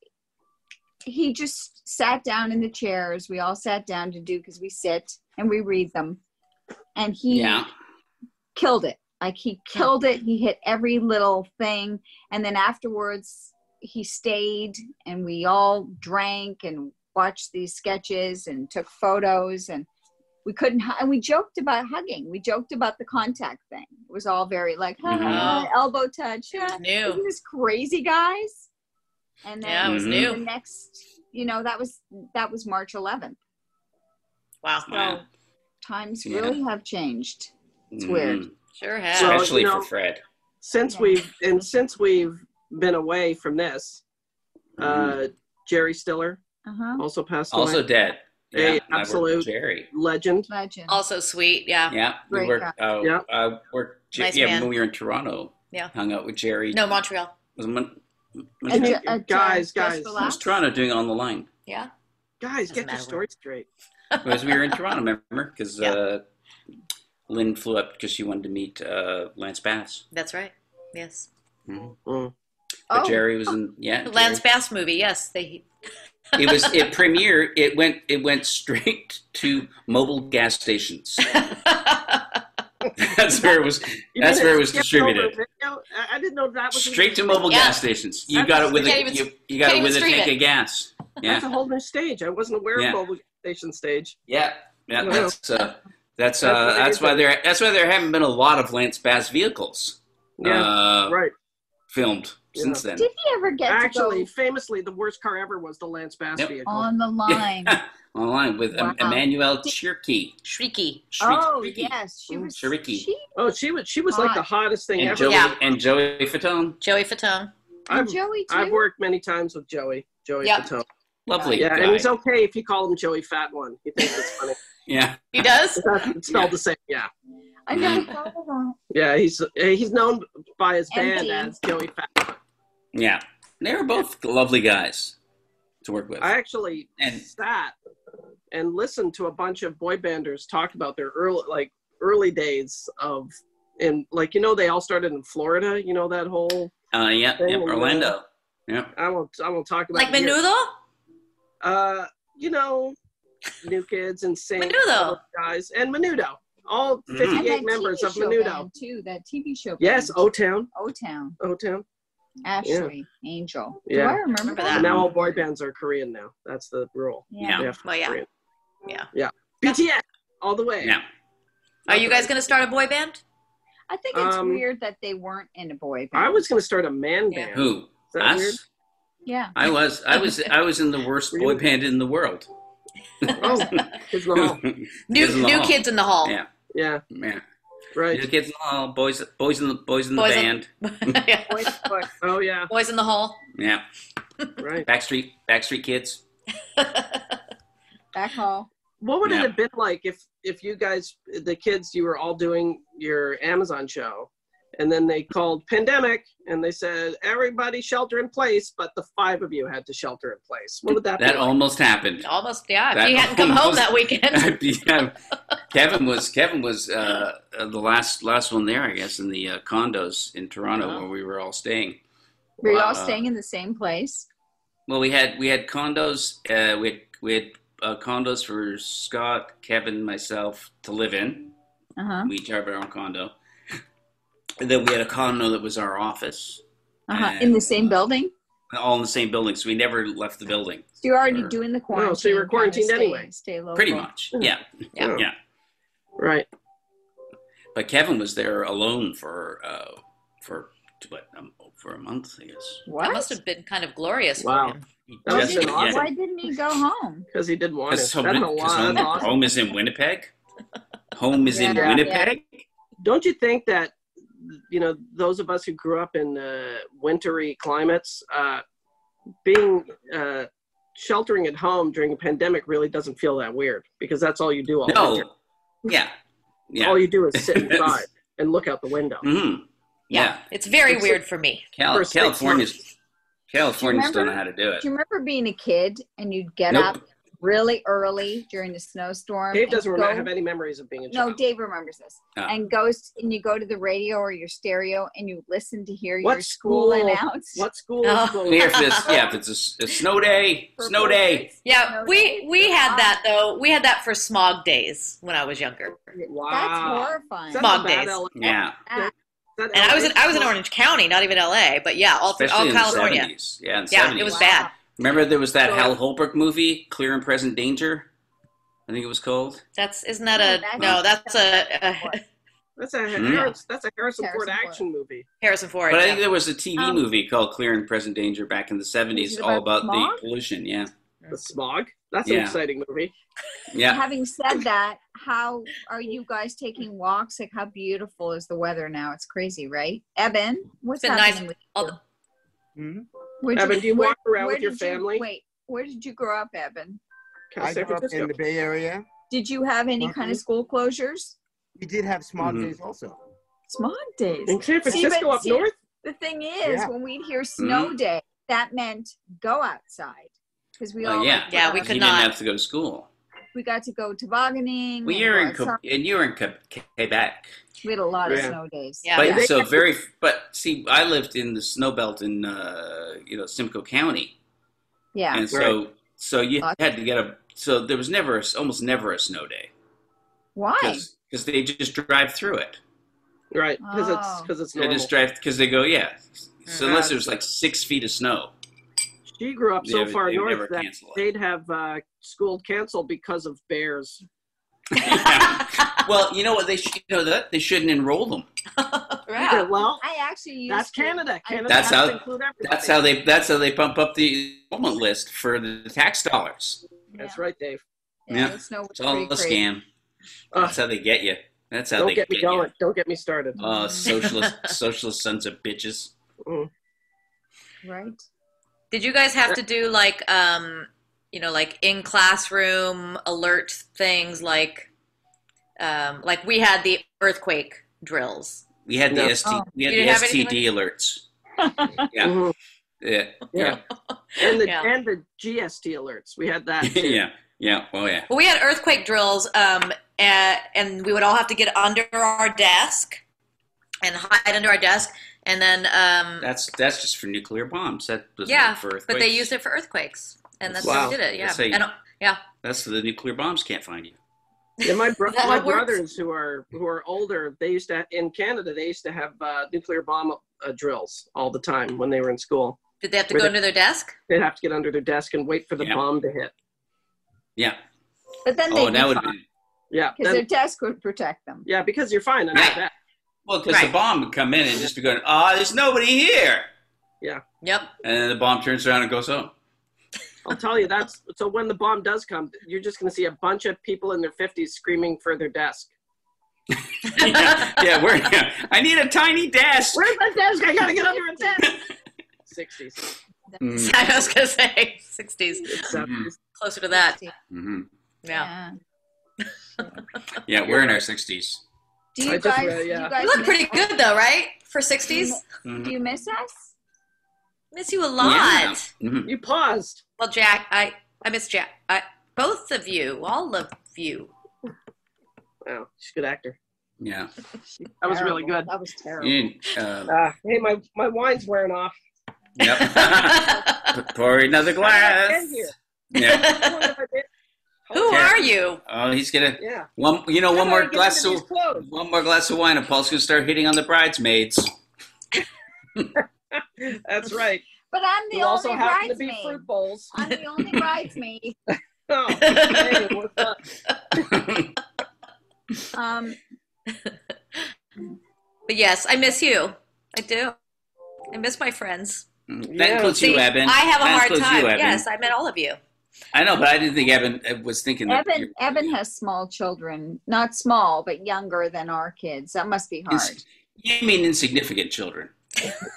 Speaker 4: he just sat down in the chairs we all sat down to do because we sit and we read them and he
Speaker 5: Yeah.
Speaker 4: killed it. Like he killed it. He hit every little thing. And then afterwards, he stayed and we all drank and watched these sketches and took photos. And we couldn't, hu- and we joked about hugging. We joked about the contact thing. It was all very like, ha, ha, ha, elbow touch.
Speaker 1: Mm-hmm. It
Speaker 4: ha.
Speaker 1: was new.
Speaker 4: Isn't this crazy, guys? And
Speaker 1: Yeah, it
Speaker 4: then
Speaker 1: was
Speaker 5: Mhm.
Speaker 4: the
Speaker 1: new.
Speaker 4: next, you know, that was that was March 11th.
Speaker 1: Wow.
Speaker 5: Wow.
Speaker 4: Times
Speaker 5: Yeah.
Speaker 4: really have changed. It's weird.
Speaker 5: Mhm.
Speaker 1: Sure has.
Speaker 2: So, you
Speaker 5: Especially
Speaker 2: know-
Speaker 5: for Fred.
Speaker 2: Since
Speaker 4: Yeah.
Speaker 2: we've and since we've been away from this,
Speaker 5: Mhm.
Speaker 2: uh, Jerry Stiller
Speaker 4: Uh huh.
Speaker 2: also passed away.
Speaker 5: Mm-hmm. also dead.
Speaker 2: Hey,
Speaker 5: Yeah, I worked with
Speaker 2: absolute.
Speaker 5: Jerry.
Speaker 2: Legend.
Speaker 4: Legend.
Speaker 1: also sweet. Yeah.
Speaker 5: Yeah, we
Speaker 4: Great
Speaker 5: worked. Uh,
Speaker 2: Yeah.
Speaker 5: I worked.
Speaker 1: Nice
Speaker 5: yeah,
Speaker 1: man.
Speaker 5: when we were in Toronto.
Speaker 1: Yeah.
Speaker 5: hung out with Jerry.
Speaker 1: No, Montreal.
Speaker 5: was, Mon- was
Speaker 4: And
Speaker 5: it-
Speaker 2: Hey,
Speaker 4: ju- uh,
Speaker 2: guys,
Speaker 4: just
Speaker 2: guys.
Speaker 5: it was
Speaker 4: relax.
Speaker 5: Toronto doing it on the line
Speaker 1: Yeah.
Speaker 2: Guys,
Speaker 1: Doesn't
Speaker 2: get your
Speaker 1: matter
Speaker 2: story straight.
Speaker 5: because we were in Toronto, remember? Because
Speaker 1: Yeah.
Speaker 5: uh, Lynn flew up because she wanted to meet uh, Lance Bass.
Speaker 1: That's right. Yes.
Speaker 5: Mm-hmm.
Speaker 2: Mm.
Speaker 5: But
Speaker 4: Oh.
Speaker 5: Jerry was in. Yeah,
Speaker 1: The Lance
Speaker 5: Jerry-
Speaker 1: Bass movie. Yes. They,
Speaker 5: It was it premiered. It went it went straight to mobile gas stations. That's where it was.
Speaker 2: You
Speaker 5: That's
Speaker 2: mean
Speaker 5: where it was
Speaker 2: skipped over
Speaker 5: distributed.
Speaker 2: video? I, I didn't know that was
Speaker 5: Straight to mobile
Speaker 1: Yeah.
Speaker 5: gas stations. You
Speaker 2: That's-
Speaker 5: got it with
Speaker 1: Can't
Speaker 5: a
Speaker 1: even-
Speaker 5: you, you got
Speaker 1: can't
Speaker 5: it
Speaker 1: even
Speaker 5: with a
Speaker 1: stream
Speaker 5: tank
Speaker 1: it.
Speaker 5: of gas.
Speaker 2: That's a
Speaker 5: Yeah,
Speaker 2: whole new stage. I wasn't aware
Speaker 5: Yeah.
Speaker 2: of mobile station stage.
Speaker 5: yeah, yeah.
Speaker 2: Wow.
Speaker 5: That's uh, that's uh,
Speaker 2: That's
Speaker 5: that's why
Speaker 2: amazing.
Speaker 5: there that's why there haven't been a lot of Lance Bass vehicles
Speaker 2: Yeah,
Speaker 5: uh,
Speaker 2: right.
Speaker 5: filmed since then.
Speaker 4: Did he ever get
Speaker 2: Actually,
Speaker 4: to
Speaker 2: famously, the worst car ever was the Lance Bass
Speaker 5: Yep.
Speaker 4: go
Speaker 2: vehicle.
Speaker 4: on the line?
Speaker 5: Online with
Speaker 4: Wow.
Speaker 5: um, Emmanuel Chirky.
Speaker 1: Shrieky.
Speaker 4: oh
Speaker 5: Shriek-
Speaker 4: yes, she
Speaker 2: Mm,
Speaker 4: was.
Speaker 5: Shiriki.
Speaker 4: She
Speaker 2: oh, she was she was like the hottest thing
Speaker 5: and
Speaker 2: ever.
Speaker 5: Joey
Speaker 1: Yeah.
Speaker 5: and Joey Fatone.
Speaker 1: Joey Fatone.
Speaker 4: and
Speaker 2: I've,
Speaker 4: Joey too.
Speaker 2: I've worked many times with Joey. Joey
Speaker 1: Yeah.
Speaker 2: Fatone.
Speaker 5: Lovely
Speaker 2: Yeah,
Speaker 5: guy.
Speaker 2: and he's okay if you call him Joey Fat One. He thinks it's funny.
Speaker 5: yeah.
Speaker 1: He does?
Speaker 2: It's not- it's spelled the same. Yeah,
Speaker 4: I never thought of that.
Speaker 2: yeah. He's he's known by his band
Speaker 4: MD.
Speaker 2: as Joey Fat.
Speaker 5: Yeah. They were both lovely guys to work with.
Speaker 2: I actually
Speaker 5: And-
Speaker 2: sat and listened to a bunch of boy banders talk about their early like early days of and like you know they all started in Florida. You know that whole
Speaker 5: uh, yeah, yeah,
Speaker 2: Oh,
Speaker 5: Orlando. Yeah.
Speaker 2: I won't. I won't talk about
Speaker 1: Like
Speaker 2: it here.
Speaker 1: menudo?
Speaker 2: Uh, you know, New Kids and Sing
Speaker 1: Menudo.
Speaker 2: guys and Menudo. All
Speaker 5: Mhm.
Speaker 4: And that
Speaker 2: 58
Speaker 4: TV
Speaker 2: members of
Speaker 4: show
Speaker 2: Menudo.
Speaker 4: band, too. That TV show.
Speaker 2: Yes, O Town.
Speaker 4: O Town,
Speaker 2: O Town.
Speaker 4: Ashley, Angel. Do
Speaker 2: Yeah.
Speaker 4: I remember
Speaker 1: Remember
Speaker 4: that?
Speaker 1: that.
Speaker 2: And now all boy bands are Korean now. That's the rule.
Speaker 5: Yeah.
Speaker 2: They have to be
Speaker 1: Well, yeah.
Speaker 2: Korean.
Speaker 1: Yeah.
Speaker 2: Yeah. BTS all the way.
Speaker 5: Yeah.
Speaker 1: Are you guys gonna start a boy band?
Speaker 4: I think it's
Speaker 2: Um,
Speaker 4: weird that they weren't in a boy band.
Speaker 2: I was gonna start a man
Speaker 1: Yeah.
Speaker 2: band. Is
Speaker 5: Who?
Speaker 2: that weird?
Speaker 5: Us?
Speaker 4: Yeah.
Speaker 5: I was I was I was in the worst boy
Speaker 2: Really?
Speaker 5: band in the world.
Speaker 2: Oh, kids in the hall.
Speaker 1: New
Speaker 5: Kids in the
Speaker 1: new
Speaker 5: Hall.
Speaker 1: kids in the hall.
Speaker 5: Yeah.
Speaker 2: Yeah,
Speaker 5: Yeah. New
Speaker 2: right.
Speaker 5: kids in the hall, boys boys in the boys in the
Speaker 1: Boys in-
Speaker 5: band.
Speaker 1: Yeah.
Speaker 4: Boys, boys.
Speaker 2: Oh yeah,
Speaker 1: Boys in the hall.
Speaker 5: Yeah.
Speaker 2: right.
Speaker 5: Backstreet Backstreet kids.
Speaker 4: Back hall.
Speaker 2: What would
Speaker 5: Yeah.
Speaker 2: it have been like if if you guys, the kids, you were all doing your Amazon show, and then they called pandemic and they said everybody shelter in place, but the five of you had to shelter in place. What would that?
Speaker 5: That
Speaker 2: be?
Speaker 5: almost happened.
Speaker 1: Almost yeah. If
Speaker 5: That
Speaker 1: he hadn't come home
Speaker 5: almost-
Speaker 1: that weekend.
Speaker 5: yeah. Kevin was Kevin was uh, uh, the last last one there, I guess, in the uh, condos in Toronto
Speaker 1: Oh.
Speaker 5: where we were all staying.
Speaker 4: Were you all
Speaker 5: Wow.
Speaker 4: staying in the same place?
Speaker 5: Well, we had we had condos. Uh, we had, we had uh, condos for Scott, Kevin, myself to live in.
Speaker 4: Uh huh.
Speaker 5: We each had our own condo. And then we had a condo that was our office,
Speaker 4: Uh huh. In the same
Speaker 5: And, uh,
Speaker 4: building.
Speaker 5: all in the same building. So we never left the building,
Speaker 4: So you're already
Speaker 5: or-
Speaker 4: doing the quarantine.
Speaker 2: No, so you were
Speaker 4: kinda
Speaker 2: quarantined
Speaker 4: stay-
Speaker 2: anyway.
Speaker 4: Stay local.
Speaker 5: pretty much. Yeah.
Speaker 1: Yeah.
Speaker 5: Yeah.
Speaker 2: Right.
Speaker 5: But Kevin was there alone for uh, for what um, for a month, I guess.
Speaker 1: That
Speaker 4: What?
Speaker 1: must have been kind of glorious
Speaker 2: Wow.
Speaker 1: for him.
Speaker 5: He
Speaker 2: That must
Speaker 5: just-
Speaker 2: have been
Speaker 5: yeah.
Speaker 2: awesome.
Speaker 4: Why didn't he go home?
Speaker 2: Because he didn't want it.
Speaker 5: Because
Speaker 2: That's
Speaker 5: home,
Speaker 2: a
Speaker 5: 'cause
Speaker 2: lot.
Speaker 5: home,
Speaker 2: That's awesome.
Speaker 5: home is in Winnipeg. Home is in
Speaker 4: Yeah.
Speaker 5: Winnipeg.
Speaker 2: Don't you think that, you know, those of us who grew up in uh, wintry climates, uh, being uh, sheltering at home during a pandemic really doesn't feel that weird because that's all you do all winter.
Speaker 5: No. Yeah. Yeah.
Speaker 2: All you do is sit inside and look out the window.
Speaker 5: Mhm.
Speaker 1: Yeah.
Speaker 5: Yeah.
Speaker 1: It's very
Speaker 2: It's-
Speaker 1: weird for me.
Speaker 5: Cal-
Speaker 2: For six
Speaker 5: California's Californians
Speaker 4: Do
Speaker 5: don't
Speaker 4: you
Speaker 5: know how to do
Speaker 4: Do
Speaker 5: it.
Speaker 4: you remember being a kid and you'd get
Speaker 5: Nope.
Speaker 4: up really early during the snowstorm?
Speaker 2: Dave
Speaker 4: and
Speaker 2: doesn't
Speaker 4: go-
Speaker 2: remember, have any memories of being a
Speaker 4: No,
Speaker 2: child.
Speaker 4: Dave remembers this.
Speaker 5: Ah.
Speaker 4: And goes and you go to the radio or your stereo and you listen to hear
Speaker 2: What
Speaker 4: your school,
Speaker 2: school-
Speaker 4: announce.
Speaker 2: What school
Speaker 1: Oh.
Speaker 2: is closed?
Speaker 5: Here, if it's yeah, if it's a s- a, snow day,
Speaker 4: for
Speaker 5: snow day.
Speaker 4: boys.
Speaker 1: Yeah,
Speaker 4: Snow
Speaker 1: we
Speaker 4: days,
Speaker 1: we
Speaker 4: they're
Speaker 1: had
Speaker 4: on.
Speaker 1: that though. We had that for smog days when I was younger.
Speaker 2: Wow.
Speaker 4: That's
Speaker 2: Is
Speaker 4: horrifying.
Speaker 2: that
Speaker 1: Smog
Speaker 2: the bad
Speaker 1: days.
Speaker 2: LA?
Speaker 5: Yeah,
Speaker 2: Is that
Speaker 1: And I was
Speaker 2: LA?
Speaker 1: in I was in Orange County, not even LA, but yeah, all through all
Speaker 5: especially in the
Speaker 1: California.
Speaker 5: seventies. Yeah, in the
Speaker 1: Yeah, it
Speaker 5: 70s.
Speaker 1: was
Speaker 4: Wow.
Speaker 1: bad.
Speaker 5: Remember there was that
Speaker 2: So-
Speaker 5: Hal Holbrook movie, Clear and Present Danger. I think it was called.
Speaker 1: That's isn't that
Speaker 4: No,
Speaker 1: a no?
Speaker 4: Oh, that's-
Speaker 1: That's a, a
Speaker 2: That's a
Speaker 5: Hmm.
Speaker 2: Harris, that's a Harrison Ford
Speaker 4: Harrison Ford.
Speaker 2: action movie.
Speaker 1: Harrison Ford.
Speaker 5: But I
Speaker 1: yeah.
Speaker 5: think there was a TV
Speaker 4: Um,
Speaker 5: movie called Clear and Present Danger back in the seventies,
Speaker 4: it
Speaker 5: all about
Speaker 4: about
Speaker 5: the
Speaker 4: smog?
Speaker 5: pollution. Yeah,
Speaker 2: The Smog. That's an
Speaker 5: Yeah.
Speaker 2: exciting movie.
Speaker 5: yeah.
Speaker 4: Having said that, how are you guys taking walks? Like, how beautiful is the weather now? It's crazy, right? Evan, what's
Speaker 1: It's been
Speaker 4: happening
Speaker 1: nice
Speaker 4: with
Speaker 1: all
Speaker 4: you?
Speaker 1: the-
Speaker 3: Hmm?
Speaker 4: Where'd
Speaker 2: Evan, do you
Speaker 4: where-
Speaker 2: walk around
Speaker 4: where
Speaker 2: with your
Speaker 4: did you-
Speaker 2: family?
Speaker 4: wait, where did you grow up, Evan?
Speaker 2: Kind of
Speaker 3: I
Speaker 2: San
Speaker 3: grew up
Speaker 2: Francisco.
Speaker 3: in the Bay Area.
Speaker 4: Did you have any kind
Speaker 2: Uh-huh.
Speaker 4: of school closures?
Speaker 3: We did have smog
Speaker 5: Mhm.
Speaker 3: days also.
Speaker 4: Smog days.
Speaker 2: In San
Speaker 4: See,
Speaker 2: Francisco
Speaker 4: but
Speaker 2: up
Speaker 4: see-
Speaker 2: north?
Speaker 4: The thing is,
Speaker 3: Yeah.
Speaker 4: when we'd hear
Speaker 1: Mm-hmm.
Speaker 4: snow day, that meant go outside because we
Speaker 5: Oh,
Speaker 4: all
Speaker 5: yeah.
Speaker 1: Yeah, we
Speaker 5: You
Speaker 1: could
Speaker 5: didn't
Speaker 1: not- Mm-hmm.
Speaker 5: have to go to school.
Speaker 4: we got to go tobogganing.
Speaker 5: Well,
Speaker 4: and
Speaker 5: you're
Speaker 4: go
Speaker 5: in
Speaker 4: outside.
Speaker 5: Quebec, and you're in Quebec- Quebec.
Speaker 4: We had a lot of
Speaker 2: Yeah.
Speaker 4: snow days.
Speaker 1: Yeah.
Speaker 5: But
Speaker 2: Yeah.
Speaker 5: so very, but see, I lived in the snow belt in uh, you know Simcoe County,
Speaker 4: yeah.
Speaker 5: and so so you had to get a so there was never a s almost never a snow day
Speaker 4: Why?
Speaker 5: because they just drive through it.
Speaker 2: Right, because it's
Speaker 4: Oh.
Speaker 2: because it's
Speaker 5: They
Speaker 2: normal.
Speaker 5: just drive because they go yeah. So unless
Speaker 2: Mhm.
Speaker 5: there's like six feet of snow,
Speaker 2: she grew up so
Speaker 5: they,
Speaker 2: far
Speaker 5: they would never
Speaker 2: north that
Speaker 5: cancel it.
Speaker 2: they'd have uh, school canceled because of bears.
Speaker 5: well, you know what they should you know that they shouldn't enroll them.
Speaker 2: Yeah,
Speaker 1: yeah.
Speaker 2: well,
Speaker 4: I actually used
Speaker 2: that's
Speaker 4: to-
Speaker 2: Canada. Canada
Speaker 5: That's
Speaker 2: has to
Speaker 5: how-
Speaker 2: include everybody.
Speaker 5: That's how they that's how they pump up the enrollment list for the tax dollars.
Speaker 2: That's right, Dave.
Speaker 4: Yeah,
Speaker 5: Yeah.
Speaker 4: the snow was
Speaker 5: It's all a
Speaker 4: pretty crazy.
Speaker 5: scam. That's how they get you. That's how
Speaker 2: Don't
Speaker 5: they
Speaker 2: get
Speaker 5: get,
Speaker 2: me
Speaker 5: you.
Speaker 2: going. Don't get me started.
Speaker 5: Uh, socialist, socialist sons of bitches.
Speaker 4: Right.
Speaker 1: Did you guys have to do like um, you know, like in classroom alert things like um, like we had the earthquake drills.
Speaker 5: We had the
Speaker 2: No.
Speaker 5: ST,
Speaker 4: Oh.
Speaker 5: we had
Speaker 1: You didn't have
Speaker 5: the
Speaker 1: anything
Speaker 5: STD alerts. Yeah,
Speaker 2: Mhm.
Speaker 5: yeah, yeah,
Speaker 2: Yeah. And the
Speaker 1: Yeah.
Speaker 2: and the GST alerts. We had that. too.
Speaker 5: yeah, yeah. Oh yeah.
Speaker 1: Well, we had earthquake drills, um, and, and we would all have to get under our desk and hide under our desk. And then, um,
Speaker 5: That's that's just for nuclear bombs. That doesn't
Speaker 1: yeah,
Speaker 5: work for earthquakes.
Speaker 1: but they used it for earthquakes, and that's how
Speaker 2: Wow.
Speaker 1: we did it. Yeah,
Speaker 5: That's how you-
Speaker 1: and, uh, yeah.
Speaker 5: That's the nuclear bombs can't find you.
Speaker 2: And my, bro-
Speaker 1: That
Speaker 2: my
Speaker 1: works.
Speaker 2: brothers who are who are older, they used to in Canada they used to have uh, nuclear bomb uh, drills all the time when they were in school.
Speaker 1: Did they have to
Speaker 2: Were
Speaker 1: go
Speaker 2: they-
Speaker 1: into their desk?
Speaker 2: They'd have to get under their desk and wait for the
Speaker 5: Yeah.
Speaker 2: bomb to hit.
Speaker 5: Yeah.
Speaker 4: But then
Speaker 5: Oh,
Speaker 4: they'd
Speaker 5: and
Speaker 4: be
Speaker 5: that would
Speaker 4: fine
Speaker 5: be
Speaker 2: Yeah,
Speaker 4: because their
Speaker 2: then-
Speaker 4: desk would protect them.
Speaker 2: yeah, because you're fine under
Speaker 5: Yeah.
Speaker 2: that.
Speaker 5: well because
Speaker 1: Right.
Speaker 5: the bomb would come in and just be going, ah, there's nobody here,
Speaker 1: Yep.
Speaker 5: and then the bomb turns around and goes home.
Speaker 2: I'll tell you that's so when the bomb does come, you're just going to see a bunch of people in their 50s screaming for their desk.
Speaker 5: yeah, yeah, where? I need a tiny desk.
Speaker 2: Where's my desk? I got to get under a desk. 60s.
Speaker 5: Mm,
Speaker 1: I was gonna say sixties,
Speaker 2: It's, uh,
Speaker 5: Mhm.
Speaker 1: closer to that.
Speaker 5: mhm.
Speaker 1: Yeah.
Speaker 5: Yeah, we're in our 60s
Speaker 4: Do you
Speaker 2: I just
Speaker 4: guys?
Speaker 2: read-
Speaker 4: do
Speaker 2: yeah.
Speaker 4: you guys
Speaker 1: You look
Speaker 4: miss
Speaker 1: pretty
Speaker 4: us?
Speaker 1: good though, right? For sixties,
Speaker 5: Mhm.
Speaker 4: Do you miss us?
Speaker 1: miss you a lot.
Speaker 5: Yeah. Mhm.
Speaker 2: you paused.
Speaker 1: Well, Jack, I I miss Jack. I both of you, all of you.
Speaker 2: Wow, she's a good actor.
Speaker 5: Yeah.
Speaker 2: That was really
Speaker 4: Terrible.
Speaker 2: good.
Speaker 4: That was terrible.
Speaker 5: You didn't, uh,
Speaker 2: Uh, hey, my, my wine's wearing off.
Speaker 5: yep. Pour another glass.
Speaker 2: Get here.
Speaker 5: Yeah.
Speaker 2: Come on, if I did-
Speaker 1: Who
Speaker 5: Okay.
Speaker 1: are you?
Speaker 5: Oh, he's gonna
Speaker 2: Yeah.
Speaker 5: one. You know, one
Speaker 2: I gotta
Speaker 5: more
Speaker 2: get
Speaker 5: glass
Speaker 2: into
Speaker 5: of
Speaker 2: these clothes.
Speaker 5: one more glass of wine, and Paul's gonna start hitting on the bridesmaids.
Speaker 2: That's right.
Speaker 4: But I'm the
Speaker 2: You also
Speaker 4: only
Speaker 2: happen to be
Speaker 4: bridesmaid.
Speaker 2: fruit bowls.
Speaker 4: I'm the only bridesmaid.
Speaker 2: Oh, hey, what's up?
Speaker 5: yeah.
Speaker 4: Um,
Speaker 1: But yes, I miss you. I do. I miss my friends.
Speaker 5: That
Speaker 2: Yeah.
Speaker 5: includes you,
Speaker 1: See,
Speaker 5: Eben.
Speaker 1: I have a
Speaker 5: that
Speaker 1: hard
Speaker 5: includes
Speaker 1: time.
Speaker 5: You, Eben.
Speaker 1: yes, I met all of you.
Speaker 5: I know, but I didn't think Eben uh, was thinking that.
Speaker 4: Evan
Speaker 5: you're-
Speaker 4: Evan has small children, not small, but younger than our kids. That must be hard.
Speaker 5: Ins- you mean insignificant children?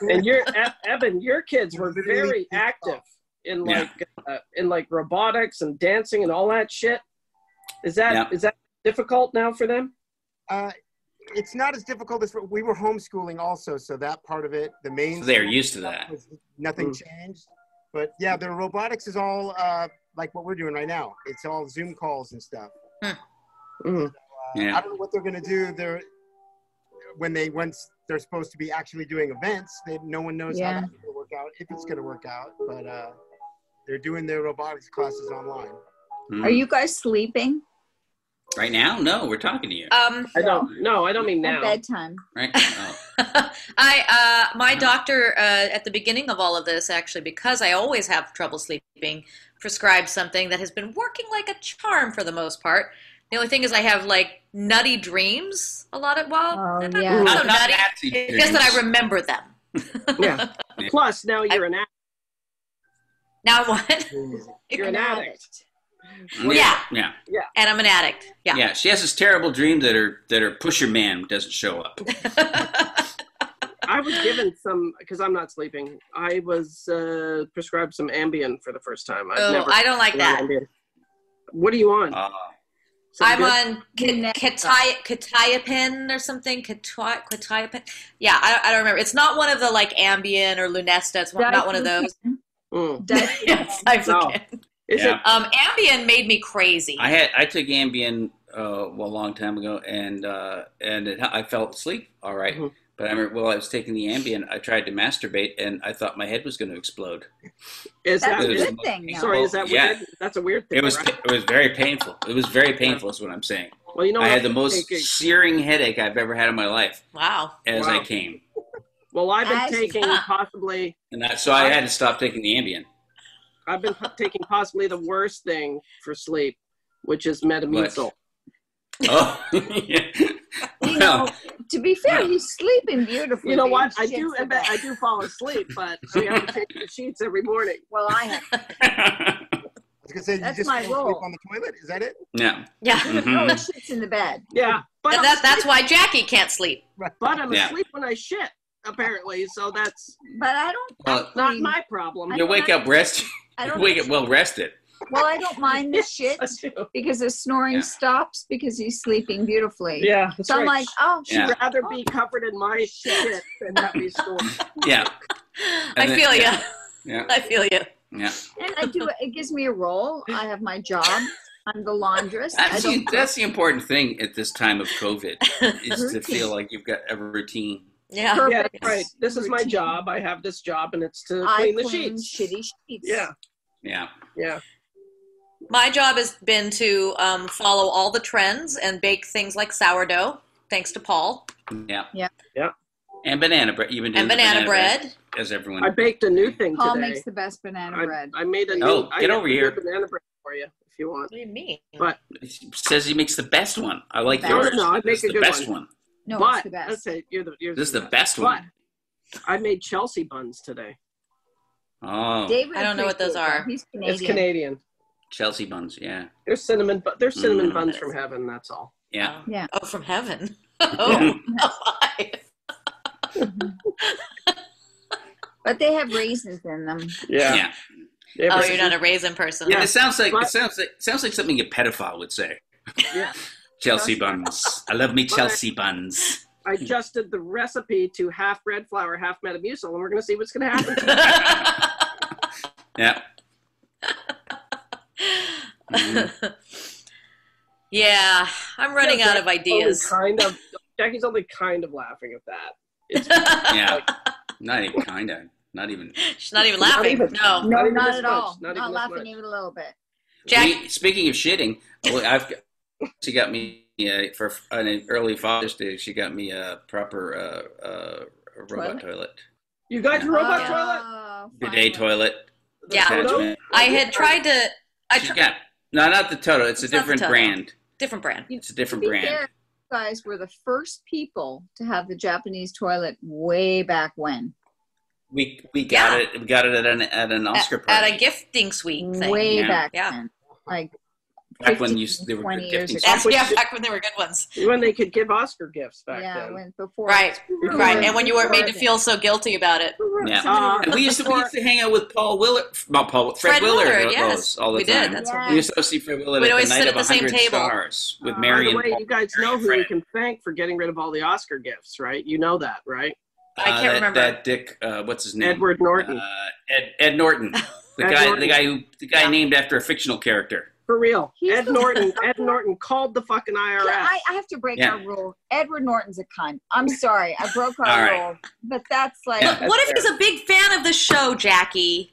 Speaker 2: and your E- Evan, your kids were very active in
Speaker 5: Yeah.
Speaker 2: like uh, in like robotics and dancing and all that shit. Is that is
Speaker 5: Yeah.
Speaker 2: that difficult now for them?
Speaker 3: Uh, it's not as difficult as we were homeschooling also, so that part of it, the main.
Speaker 5: So they're used to that.
Speaker 3: was- Nothing
Speaker 2: Mm.
Speaker 3: changed, but yeah, the robotics is all uh, like what we're doing right now. It's all Zoom calls and stuff. Uh,
Speaker 5: Hmm. Yeah.
Speaker 3: I don't know what they're gonna do. They're when they once they're supposed to be actually doing events. They, no one knows
Speaker 4: Yeah.
Speaker 3: how that's gonna work out if it's gonna work out. But uh, they're doing their robotics classes online.
Speaker 5: Mm.
Speaker 4: Are you guys sleeping
Speaker 5: right now? No, we're talking to you.
Speaker 1: Um,
Speaker 2: I don't. No, I don't mean
Speaker 4: at
Speaker 2: now.
Speaker 4: bedtime?
Speaker 5: right? Oh.
Speaker 1: I uh, my doctor uh, at the beginning of all of this actually because I always have trouble sleeping prescribed something that has been working like a charm for the most part. The only thing is I have like nutty dreams a lot of well
Speaker 4: Oh,
Speaker 1: they're not,
Speaker 4: yeah.
Speaker 1: not
Speaker 5: Not-
Speaker 1: so
Speaker 5: not
Speaker 1: nutty.
Speaker 5: nasty
Speaker 1: It's just that I
Speaker 5: dreams.
Speaker 1: remember them.
Speaker 2: Yeah. Plus, now you're an actor.
Speaker 1: Now what?
Speaker 2: You're an addict.
Speaker 1: Yeah.
Speaker 5: Yeah.
Speaker 1: And I'm an addict. Yeah.
Speaker 5: Yeah, she has this terrible dream that her that her pusher man doesn't show up.
Speaker 2: I was given some because I'm not sleeping. I was uh, prescribed some Ambien for the first time. I've
Speaker 1: oh,
Speaker 2: never
Speaker 1: I don't like
Speaker 2: been
Speaker 1: that.
Speaker 2: on Ambien. What are you on?
Speaker 5: Uh,
Speaker 2: Something
Speaker 1: I'm
Speaker 2: good?
Speaker 1: on
Speaker 4: Next
Speaker 1: Kati- Katiapin or something. Kati- Katiapin. Yeah, I, I don't remember. It's not one of the like Ambien or Lunesta. It's one, not one of those.
Speaker 2: Mm.
Speaker 4: Dice-
Speaker 1: yes, I
Speaker 2: No.
Speaker 1: forget.
Speaker 2: Is
Speaker 5: Yeah.
Speaker 2: it?
Speaker 1: Um, Ambien made me crazy.
Speaker 5: I had I took Ambien uh, well, a long time ago, and uh, and it, I fell asleep all right.
Speaker 2: Mhm.
Speaker 5: But I remember while I was taking the Ambien, I tried to masturbate, and I thought my head was going to explode.
Speaker 2: Is that?
Speaker 4: That's a
Speaker 5: It was-
Speaker 4: good thing. now.
Speaker 2: Sorry, is that
Speaker 5: Yeah.
Speaker 2: weird? That's a weird thing.
Speaker 5: It was
Speaker 2: right?
Speaker 5: it was very painful. It was very painful. Is what I'm saying.
Speaker 2: Well, you know,
Speaker 5: I
Speaker 2: what?
Speaker 5: had the most
Speaker 2: taking-
Speaker 5: searing headache I've ever had in my life
Speaker 1: Wow.
Speaker 5: as
Speaker 2: Wow.
Speaker 5: I came,
Speaker 2: Well, I've been
Speaker 4: As-
Speaker 2: taking
Speaker 1: Ah.
Speaker 2: possibly.
Speaker 5: and that, so I had to stop taking the Ambien.
Speaker 2: I've been po- taking possibly the worst thing for sleep, which is Metamucil.
Speaker 5: Oh, yeah.
Speaker 4: You
Speaker 5: Well,
Speaker 4: know, to be fair,
Speaker 5: Yeah.
Speaker 4: he's sleeping beautifully.
Speaker 2: You know
Speaker 4: but
Speaker 2: what?
Speaker 4: he
Speaker 2: I do
Speaker 4: shits the
Speaker 2: I bet
Speaker 4: bed.
Speaker 2: I do fall asleep, but I have to take the sheets every morning.
Speaker 4: Well, I have.
Speaker 3: I was gonna say you
Speaker 4: That's
Speaker 3: just
Speaker 4: my
Speaker 3: fall asleep
Speaker 4: rule.
Speaker 3: on the toilet. Is that it?
Speaker 5: yeah.
Speaker 1: Yeah.
Speaker 4: Oh,
Speaker 5: Mhm.
Speaker 4: he shits in the bed.
Speaker 2: Yeah, but
Speaker 1: And
Speaker 2: I'm
Speaker 1: that,
Speaker 2: asleep,
Speaker 1: that's why Jackie can't sleep.
Speaker 2: but I'm
Speaker 5: Yeah.
Speaker 2: asleep when I shit apparently, so that's
Speaker 4: But I don't.
Speaker 5: Well,
Speaker 2: not
Speaker 4: Mm.
Speaker 2: my problem.
Speaker 4: I
Speaker 5: you wake up rest.
Speaker 4: I
Speaker 5: You
Speaker 4: don't.
Speaker 5: wake up well rested.
Speaker 4: Well, I don't mind the shit because his snoring
Speaker 5: Yeah.
Speaker 4: stops because he's sleeping beautifully.
Speaker 2: Yeah, that's
Speaker 4: So I'm
Speaker 2: right.
Speaker 4: like, oh,
Speaker 5: Yeah.
Speaker 2: I'd rather be covered in my shit than not be snoring.
Speaker 5: Yeah.
Speaker 1: I
Speaker 5: And then-
Speaker 1: feel you.
Speaker 5: Yeah.
Speaker 1: I feel you.
Speaker 5: Yeah.
Speaker 4: and I do. It gives me a role. I have my job. I'm the laundress. I
Speaker 5: That's the,
Speaker 4: don't.
Speaker 5: that's the important thing at this time of COVID is to feel like you've got a routine.
Speaker 1: Yeah.
Speaker 2: Yeah,
Speaker 4: Perfect.
Speaker 2: that's right. This is my
Speaker 4: routine.
Speaker 2: job. I have this job, and it's to
Speaker 4: I
Speaker 2: clean the sheets.
Speaker 4: Shitty sheets.
Speaker 2: Yeah,
Speaker 5: Yeah.
Speaker 2: yeah.
Speaker 1: My job has been to um, follow all the trends and bake things like sourdough, thanks to Paul,
Speaker 5: Yeah.
Speaker 4: Yeah.
Speaker 2: Yeah.
Speaker 5: And banana bread. You've been doing
Speaker 1: and
Speaker 5: the
Speaker 1: banana bread.
Speaker 5: as everyone.
Speaker 2: I baked a new thing
Speaker 4: Paul
Speaker 2: today.
Speaker 4: makes the best banana
Speaker 2: I,
Speaker 4: bread.
Speaker 2: I made a new.
Speaker 5: Oh,
Speaker 2: I
Speaker 5: get
Speaker 2: have
Speaker 5: over
Speaker 2: a new
Speaker 5: here.
Speaker 2: Banana bread for you if you want.
Speaker 1: What do you mean?
Speaker 2: But-
Speaker 5: says he makes the best one. I like
Speaker 4: No,
Speaker 5: yours.
Speaker 2: no, no, I
Speaker 5: This
Speaker 2: make
Speaker 5: is
Speaker 2: a
Speaker 5: the
Speaker 2: good
Speaker 5: best
Speaker 2: one.
Speaker 5: one.
Speaker 4: No,
Speaker 2: but
Speaker 4: it's the best.
Speaker 2: That's it. You're the. You're
Speaker 5: This is the best one.
Speaker 2: I made Chelsea buns today.
Speaker 5: Oh,
Speaker 4: David
Speaker 1: I don't know what those
Speaker 4: appreciates that.
Speaker 1: are.
Speaker 4: He's Canadian.
Speaker 2: It's Canadian.
Speaker 5: Chelsea buns. Yeah.
Speaker 2: They're cinnamon. Bu- they're cinnamon
Speaker 5: Mm.
Speaker 2: buns from heaven. That's all.
Speaker 5: Yeah.
Speaker 4: Yeah.
Speaker 1: Oh, from heaven. Oh, my.
Speaker 4: Mm-hmm. But they have raisins in them.
Speaker 5: Yeah.
Speaker 2: They have
Speaker 1: oh
Speaker 2: a-
Speaker 1: you're not a raisin person.
Speaker 5: And it sounds like
Speaker 2: But-
Speaker 5: it sounds like sounds like something a pedophile would say.
Speaker 2: Yeah.
Speaker 5: Chelsea buns. I love me Chelsea buns.
Speaker 2: I adjusted the recipe to half bread flour, half Metamucil, and we're gonna see what's gonna happen.
Speaker 5: Yeah. Mm, Mm-hmm.
Speaker 1: yeah, I'm running
Speaker 2: Yeah,
Speaker 1: out of ideas.
Speaker 2: Only kind of. Jackie's only kind of laughing at that.
Speaker 5: Yeah. Not even kind of. Not even.
Speaker 1: She's not even
Speaker 2: Not
Speaker 1: laughing.
Speaker 2: even-
Speaker 1: no.
Speaker 4: No,
Speaker 2: Not
Speaker 4: not,
Speaker 2: even this
Speaker 4: at
Speaker 2: much,
Speaker 4: all.
Speaker 2: not
Speaker 4: Not,
Speaker 2: even this
Speaker 4: laughing
Speaker 2: much.
Speaker 4: even a little bit.
Speaker 1: Jack-
Speaker 5: We- speaking of shitting, well, I've she got me uh, for an early Father's Day. She got me a proper uh, uh,
Speaker 4: Toilet?
Speaker 5: robot toilet,
Speaker 2: You got your robot toilet?
Speaker 4: Ah,
Speaker 5: bidet
Speaker 4: finally.
Speaker 5: toilet.
Speaker 2: The
Speaker 1: Yeah.
Speaker 2: photo?
Speaker 5: Attachment.
Speaker 1: I had tried to. I
Speaker 5: She's
Speaker 1: tried
Speaker 5: got no, not the Toto. It's,
Speaker 1: It's
Speaker 5: a
Speaker 1: not the
Speaker 5: different
Speaker 1: Toto.
Speaker 5: brand.
Speaker 1: different brand.
Speaker 5: It's a different
Speaker 4: To be
Speaker 5: brand.
Speaker 4: fair, you guys were the first people to have the Japanese toilet way back when.
Speaker 5: We we got it. We got it at an at an Oscar
Speaker 1: at, at
Speaker 5: party.
Speaker 1: a gifting suite thing.
Speaker 4: Way
Speaker 5: Yeah.
Speaker 4: back
Speaker 1: Yeah.
Speaker 4: then. Like
Speaker 5: back when
Speaker 4: 15,
Speaker 5: you they were
Speaker 4: 20
Speaker 5: good
Speaker 4: years
Speaker 5: gifting.
Speaker 4: ago.
Speaker 1: That's, yeah, back when they were good ones.
Speaker 2: When they could give Oscar gifts back
Speaker 4: yeah,
Speaker 2: then.
Speaker 4: when before
Speaker 1: Right,
Speaker 4: before-
Speaker 1: Right, and when you weren't made to
Speaker 4: before
Speaker 1: feel so guilty about it.
Speaker 5: Yeah.
Speaker 2: Uh,
Speaker 5: And we used to we used to hang out with Paul Willard, not Paul, Fred,
Speaker 1: Fred
Speaker 5: Willard,
Speaker 1: Willard,
Speaker 5: at
Speaker 1: yes.
Speaker 5: those all the
Speaker 1: We did,
Speaker 5: time.
Speaker 1: that's
Speaker 4: what
Speaker 5: we used to go see Fred Willard
Speaker 1: We'd
Speaker 5: at the
Speaker 1: always
Speaker 5: night
Speaker 1: sit
Speaker 5: of
Speaker 1: at the same
Speaker 5: 100
Speaker 1: table. Oh,
Speaker 5: stars with
Speaker 4: Uh,
Speaker 2: By
Speaker 5: Mary
Speaker 2: the
Speaker 5: and
Speaker 2: way,
Speaker 5: Paul.
Speaker 2: you guys know who
Speaker 5: Fred.
Speaker 2: you can thank for getting rid of all the Oscar gifts, right? You know that, right?
Speaker 1: I can't
Speaker 5: uh, that,
Speaker 1: remember.
Speaker 5: that Dick. Uh, what's his name?
Speaker 2: Edward Norton.
Speaker 5: Mm-hmm. Uh, Ed Ed Norton, the
Speaker 2: Ed
Speaker 5: guy
Speaker 2: Norton.
Speaker 5: the guy who the guy
Speaker 1: Yeah.
Speaker 5: named after a fictional character.
Speaker 2: For real.
Speaker 4: He's
Speaker 2: Ed
Speaker 4: the-
Speaker 2: Norton. Ed Norton called the fucking IRS.
Speaker 4: Yeah, I, I have to break
Speaker 5: Yeah.
Speaker 4: our rule. Edward Norton's a cunt. I'm sorry, I broke our
Speaker 5: All right.
Speaker 4: rule, but that's like
Speaker 5: Yeah.
Speaker 1: But what if he's a big fan of the show, Jackie?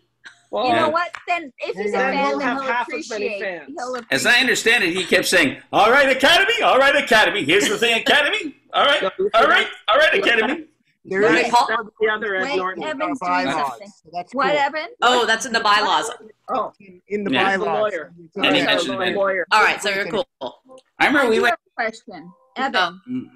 Speaker 2: well,
Speaker 4: you
Speaker 5: Yeah.
Speaker 4: know what? Then if he's a
Speaker 2: Then
Speaker 4: fan,
Speaker 2: we'll
Speaker 4: then
Speaker 2: have
Speaker 4: he'll
Speaker 2: half as many
Speaker 4: appreciate.
Speaker 2: fans.
Speaker 4: He'll appreciate.
Speaker 5: As I understand it, he kept saying, "All right, Academy. All right, Academy. Here's the thing, Academy. All right,
Speaker 2: No,
Speaker 5: all right, all right, Academy."
Speaker 3: There
Speaker 4: Right.
Speaker 3: is
Speaker 2: That's the other Ed
Speaker 4: Wait,
Speaker 2: Norton.
Speaker 4: Evan-
Speaker 3: no
Speaker 4: Evan's doing
Speaker 3: bylaws.
Speaker 4: something.
Speaker 3: So that's
Speaker 4: What,
Speaker 3: cool.
Speaker 4: Evan?
Speaker 1: Oh, that's in the bylaws.
Speaker 2: Oh,
Speaker 3: in the
Speaker 5: Yeah.
Speaker 2: He's the
Speaker 3: bylaws.
Speaker 2: lawyer.
Speaker 3: Yeah.
Speaker 5: And he
Speaker 2: yeah,
Speaker 5: mentioned
Speaker 2: my
Speaker 5: Ed-
Speaker 2: lawyer.
Speaker 1: All right, so you're cool. Um,
Speaker 5: I remember
Speaker 4: I
Speaker 5: we
Speaker 4: do
Speaker 5: went.
Speaker 4: have a question, Evan.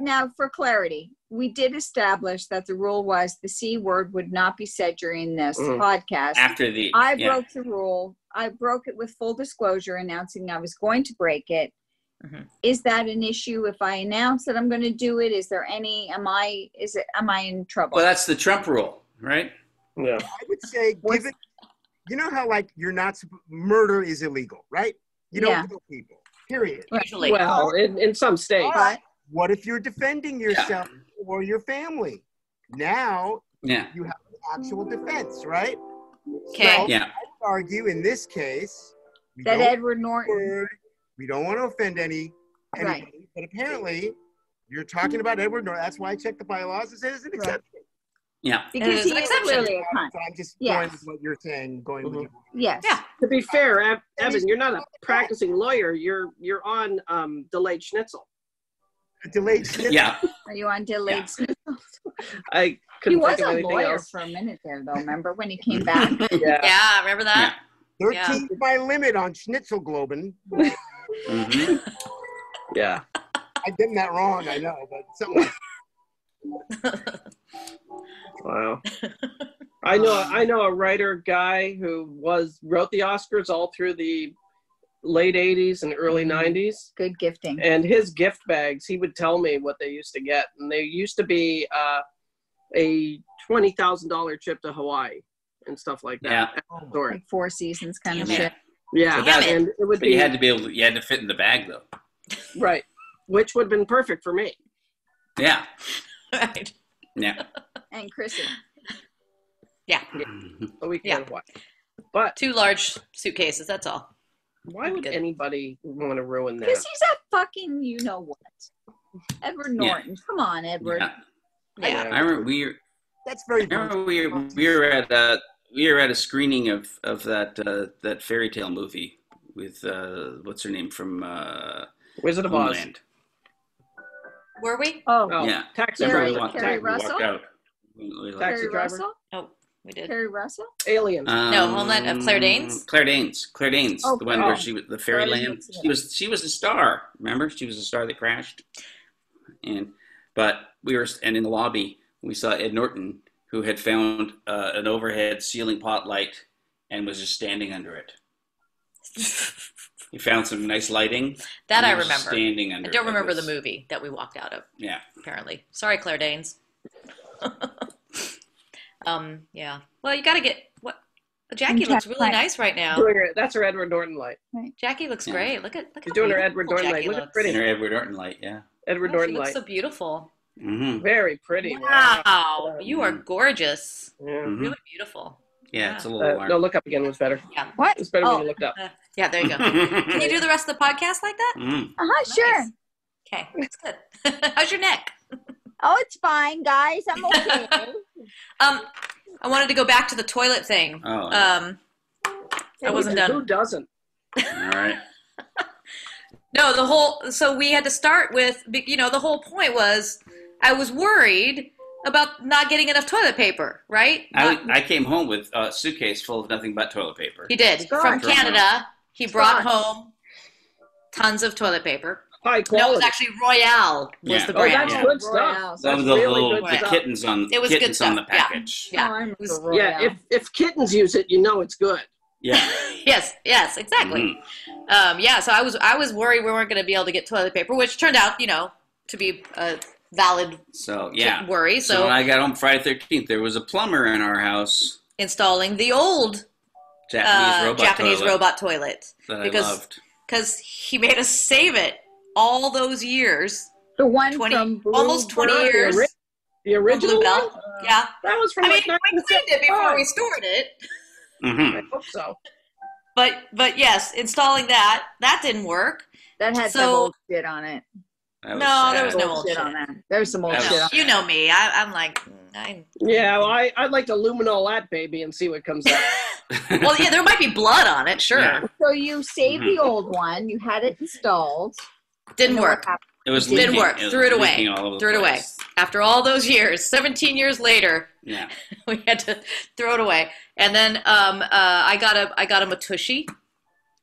Speaker 4: Now, for clarity, we did establish that the rule was the c word would not be said during this
Speaker 2: Mm.
Speaker 4: podcast.
Speaker 5: after the
Speaker 4: I
Speaker 5: yeah.
Speaker 4: broke the rule. I broke it with full disclosure, announcing I was going to break it. Is
Speaker 5: Mm-hmm.
Speaker 1: Mhm.
Speaker 4: that an issue if I announce that I'm going to do it? Is there any? Am I? Is it? Am I in trouble?
Speaker 5: Well, that's the Trump rule, right?
Speaker 2: Yeah.
Speaker 3: I would say,
Speaker 4: What's-
Speaker 3: given, you know how like you're not supp- murder is illegal, right? You don't
Speaker 4: Yeah.
Speaker 3: kill people. Period.
Speaker 1: Usually.
Speaker 2: Well, in, in some states.
Speaker 4: but
Speaker 3: What if you're defending yourself or your family? Now
Speaker 5: Yeah,
Speaker 3: you have an actual defense, right?
Speaker 1: okay.
Speaker 3: Well-
Speaker 5: yeah.
Speaker 3: I would argue in this case, we
Speaker 4: that
Speaker 3: don't
Speaker 4: Edward Norton.
Speaker 3: word. We don't want to offend any anybody, but apparently you're talking about Edward Norton. That's why I checked the bylaws. It says an
Speaker 4: Right.
Speaker 3: exception.
Speaker 5: Yeah.
Speaker 4: Because
Speaker 1: is
Speaker 4: he
Speaker 1: an
Speaker 4: is
Speaker 1: exception.
Speaker 4: clearly a cunt.
Speaker 3: So I'm just
Speaker 4: Yeah.
Speaker 3: going with what you're saying, going
Speaker 5: Mm-hmm.
Speaker 3: with
Speaker 2: Mhm.
Speaker 3: you.
Speaker 4: Yes.
Speaker 1: Yeah.
Speaker 2: To be fair, Ev- Evan, you're not a practicing lawyer. You're you're on um, delayed schnitzel.
Speaker 3: A delayed snip-
Speaker 5: Yeah,
Speaker 4: Are you on delayed?
Speaker 5: Yeah.
Speaker 4: sleep?
Speaker 2: I
Speaker 4: He
Speaker 2: couldn't
Speaker 4: was
Speaker 2: think of
Speaker 4: a
Speaker 2: anything
Speaker 4: lawyer
Speaker 2: else.
Speaker 4: for a minute there, though. Remember when he came back?
Speaker 2: Yeah.
Speaker 1: Yeah, remember that?
Speaker 3: 13
Speaker 1: Yeah.
Speaker 3: by limit on Schnitzelgloben.
Speaker 5: hmm
Speaker 2: Yeah.
Speaker 3: I've done that wrong, I know, but something like
Speaker 2: Wow. I know I know a writer guy who was wrote the Oscars all through the late 80s and early
Speaker 4: Mm-hmm.
Speaker 2: 90s
Speaker 4: Good gifting.
Speaker 2: and his gift bags he would tell me what they used to get and they used to be uh, a $20,000 trip to Hawaii and stuff like that.
Speaker 3: Oh.
Speaker 2: Sorry.
Speaker 4: Like Four seasons kind of
Speaker 1: Damn it.
Speaker 4: shit.
Speaker 2: Yeah.
Speaker 1: Damn it.
Speaker 2: And it would
Speaker 5: But you
Speaker 2: be
Speaker 5: had to be able. To, you had to fit in the bag, though.
Speaker 2: right which would have been perfect for me.
Speaker 5: Yeah,
Speaker 1: Right.
Speaker 5: yeah.
Speaker 4: And Chrissy.
Speaker 2: But we
Speaker 1: Yeah.
Speaker 2: can't watch. But
Speaker 1: Two large suitcases, that's all.
Speaker 2: why would
Speaker 1: Good.
Speaker 2: anybody want to ruin that?
Speaker 4: Because he's a fucking you know what. Edward
Speaker 5: Yeah.
Speaker 4: Norton. Come on, Edward.
Speaker 5: yeah.
Speaker 1: Yeah.
Speaker 5: I remember we
Speaker 3: That's very.
Speaker 5: I remember we we were at a we were at a screening of of that uh, that fairy tale movie with uh, what's her name from uh,
Speaker 2: Wizard of Oz.
Speaker 5: Homeland.
Speaker 1: Were we?
Speaker 4: Oh,
Speaker 2: Oh,
Speaker 5: Yeah.
Speaker 2: taxi
Speaker 4: Carrie-
Speaker 5: Remember
Speaker 2: driver,
Speaker 5: we walked,
Speaker 4: Carrie
Speaker 5: we walked
Speaker 4: Russell?
Speaker 5: out. We walked-
Speaker 2: Taxi
Speaker 4: Carrie
Speaker 2: driver.
Speaker 4: Russell?
Speaker 1: Oh, we did.
Speaker 4: Carrie Russell?
Speaker 2: aliens.
Speaker 1: No, Homeland- uh, Claire Danes?
Speaker 5: Um, Claire Danes. Claire Danes.
Speaker 4: Oh,
Speaker 5: the one
Speaker 4: oh.
Speaker 5: where she was the fairyland.
Speaker 4: Danes, yeah.
Speaker 5: She was she was a star. Remember, she was a star that crashed. And but we were and in the lobby we saw Ed Norton who had found uh, an overhead ceiling pot light and was just standing under it. He found some nice lighting.
Speaker 1: that
Speaker 5: and
Speaker 1: I
Speaker 5: he was just
Speaker 1: remember.
Speaker 5: Standing
Speaker 1: I
Speaker 5: under.
Speaker 1: don't
Speaker 5: it. It
Speaker 1: remember the
Speaker 5: was-
Speaker 1: movie that we walked out of.
Speaker 5: Yeah.
Speaker 1: apparently. Sorry, Claire Danes. um, yeah. Well, you got to get what Jackie
Speaker 4: Jack
Speaker 1: looks really
Speaker 4: Black.
Speaker 1: nice right now.
Speaker 2: Doing her- that's her Edward Norton light.
Speaker 1: Jackie looks
Speaker 5: Yeah.
Speaker 1: great. Look at look
Speaker 2: She's
Speaker 1: at
Speaker 2: doing her Edward Norton
Speaker 1: Jackie
Speaker 2: light. Look
Speaker 1: looks.
Speaker 2: at pretty.
Speaker 5: Inner Edward Norton light. Yeah.
Speaker 1: Oh,
Speaker 2: Edward
Speaker 1: she
Speaker 2: Norton
Speaker 1: looks
Speaker 2: light.
Speaker 1: so beautiful.
Speaker 5: hmm
Speaker 2: Very pretty. Mm-hmm.
Speaker 1: Wow,
Speaker 2: Wow.
Speaker 1: you are gorgeous.
Speaker 2: Yeah.
Speaker 5: Mhm.
Speaker 1: Really beautiful.
Speaker 5: Yeah, it's a little
Speaker 2: Uh,
Speaker 5: warm.
Speaker 1: Oh,
Speaker 2: no, look up again was better.
Speaker 1: Yeah.
Speaker 4: What?
Speaker 2: It was better
Speaker 4: oh,
Speaker 2: when you looked up.
Speaker 1: Uh, yeah. There you go. Can you do the rest of the podcast like that?
Speaker 5: Mm.
Speaker 4: uh-huh, sure.
Speaker 1: Nice. Okay, that's good. How's your neck?
Speaker 4: Oh, it's fine, guys. I'm okay.
Speaker 1: Um, I wanted to go back to the toilet thing.
Speaker 5: Oh,
Speaker 1: Um, I wasn't done.
Speaker 2: Who doesn't?
Speaker 1: Uh,
Speaker 5: all right.
Speaker 1: No, the whole so we had to start with be- you know the whole point was I was worried about not getting enough toilet paper, right?
Speaker 5: I,
Speaker 1: Not-
Speaker 5: I came home with a suitcase full of nothing but toilet paper.
Speaker 1: he did
Speaker 2: Gone.
Speaker 1: from
Speaker 5: Gone.
Speaker 1: Canada. He brought
Speaker 2: Gone.
Speaker 1: home tons of toilet paper. No,
Speaker 2: High
Speaker 1: it
Speaker 2: quality.
Speaker 1: was actually Royale was
Speaker 5: Yeah.
Speaker 1: the
Speaker 2: oh,
Speaker 1: brand.
Speaker 2: that's
Speaker 5: Yeah.
Speaker 2: good
Speaker 4: Royale.
Speaker 2: stuff.
Speaker 5: Some
Speaker 2: That's
Speaker 5: of the
Speaker 2: really
Speaker 5: little
Speaker 2: good
Speaker 5: the
Speaker 1: stuff.
Speaker 5: kittens on
Speaker 1: It was good
Speaker 5: kittens on the
Speaker 1: stuff, yeah.
Speaker 5: package.
Speaker 1: Yeah.
Speaker 4: I'm
Speaker 1: It was-
Speaker 4: the
Speaker 2: Yeah,
Speaker 4: royal.
Speaker 2: if, if kittens use it, you know it's good.
Speaker 5: Yeah.
Speaker 1: yes, yes, exactly.
Speaker 5: Mhm.
Speaker 1: Um, yeah, so I was I was worried we weren't going to be able to get toilet paper, which turned out you know to be a valid
Speaker 5: So yeah.
Speaker 1: worry.
Speaker 5: So,
Speaker 1: So,
Speaker 5: when I got home Friday thirteenth, there was a plumber in our house,
Speaker 1: installing the old
Speaker 5: Japanese
Speaker 1: uh,
Speaker 5: robot
Speaker 1: Japanese
Speaker 5: toilet
Speaker 1: robot toilet.
Speaker 5: that
Speaker 1: because-
Speaker 5: I loved.
Speaker 1: because he made us save it all those years
Speaker 4: the one
Speaker 1: 20
Speaker 4: from Blue
Speaker 1: almost 20
Speaker 4: Bird.
Speaker 1: years
Speaker 2: ori- The
Speaker 1: from
Speaker 2: original
Speaker 1: Blue
Speaker 2: one?
Speaker 1: Bell. yeah
Speaker 2: That was from
Speaker 1: i mean
Speaker 2: like
Speaker 1: we cleaned it before we
Speaker 2: 1975.
Speaker 1: stored it
Speaker 5: hmm
Speaker 2: I hope so.
Speaker 1: but but yes installing that that didn't work
Speaker 4: That had some
Speaker 1: So-
Speaker 4: old shit on it.
Speaker 1: No, there was no-
Speaker 4: Old
Speaker 1: old
Speaker 4: shit
Speaker 1: shit.
Speaker 4: on that. There's some old
Speaker 5: That
Speaker 1: No,
Speaker 4: shit
Speaker 5: was-
Speaker 4: on
Speaker 1: you know me I, i'm like mm, I,
Speaker 2: Yeah, well, I, I'd like to luminol that baby and see what comes out.
Speaker 1: well yeah there might be blood on it sure
Speaker 5: Yeah.
Speaker 4: So you saved the old one. You had it installed.
Speaker 1: didn't
Speaker 4: And then what
Speaker 1: work
Speaker 4: happened?
Speaker 5: it was
Speaker 1: Didn't
Speaker 5: leaking.
Speaker 1: work.
Speaker 5: was
Speaker 1: Threw it away.
Speaker 5: leaking all over the
Speaker 1: Threw it away.
Speaker 5: place.
Speaker 1: after all those years 17 years later
Speaker 5: Yeah.
Speaker 1: we had to throw it away and then um, uh, i got a i got him a tushy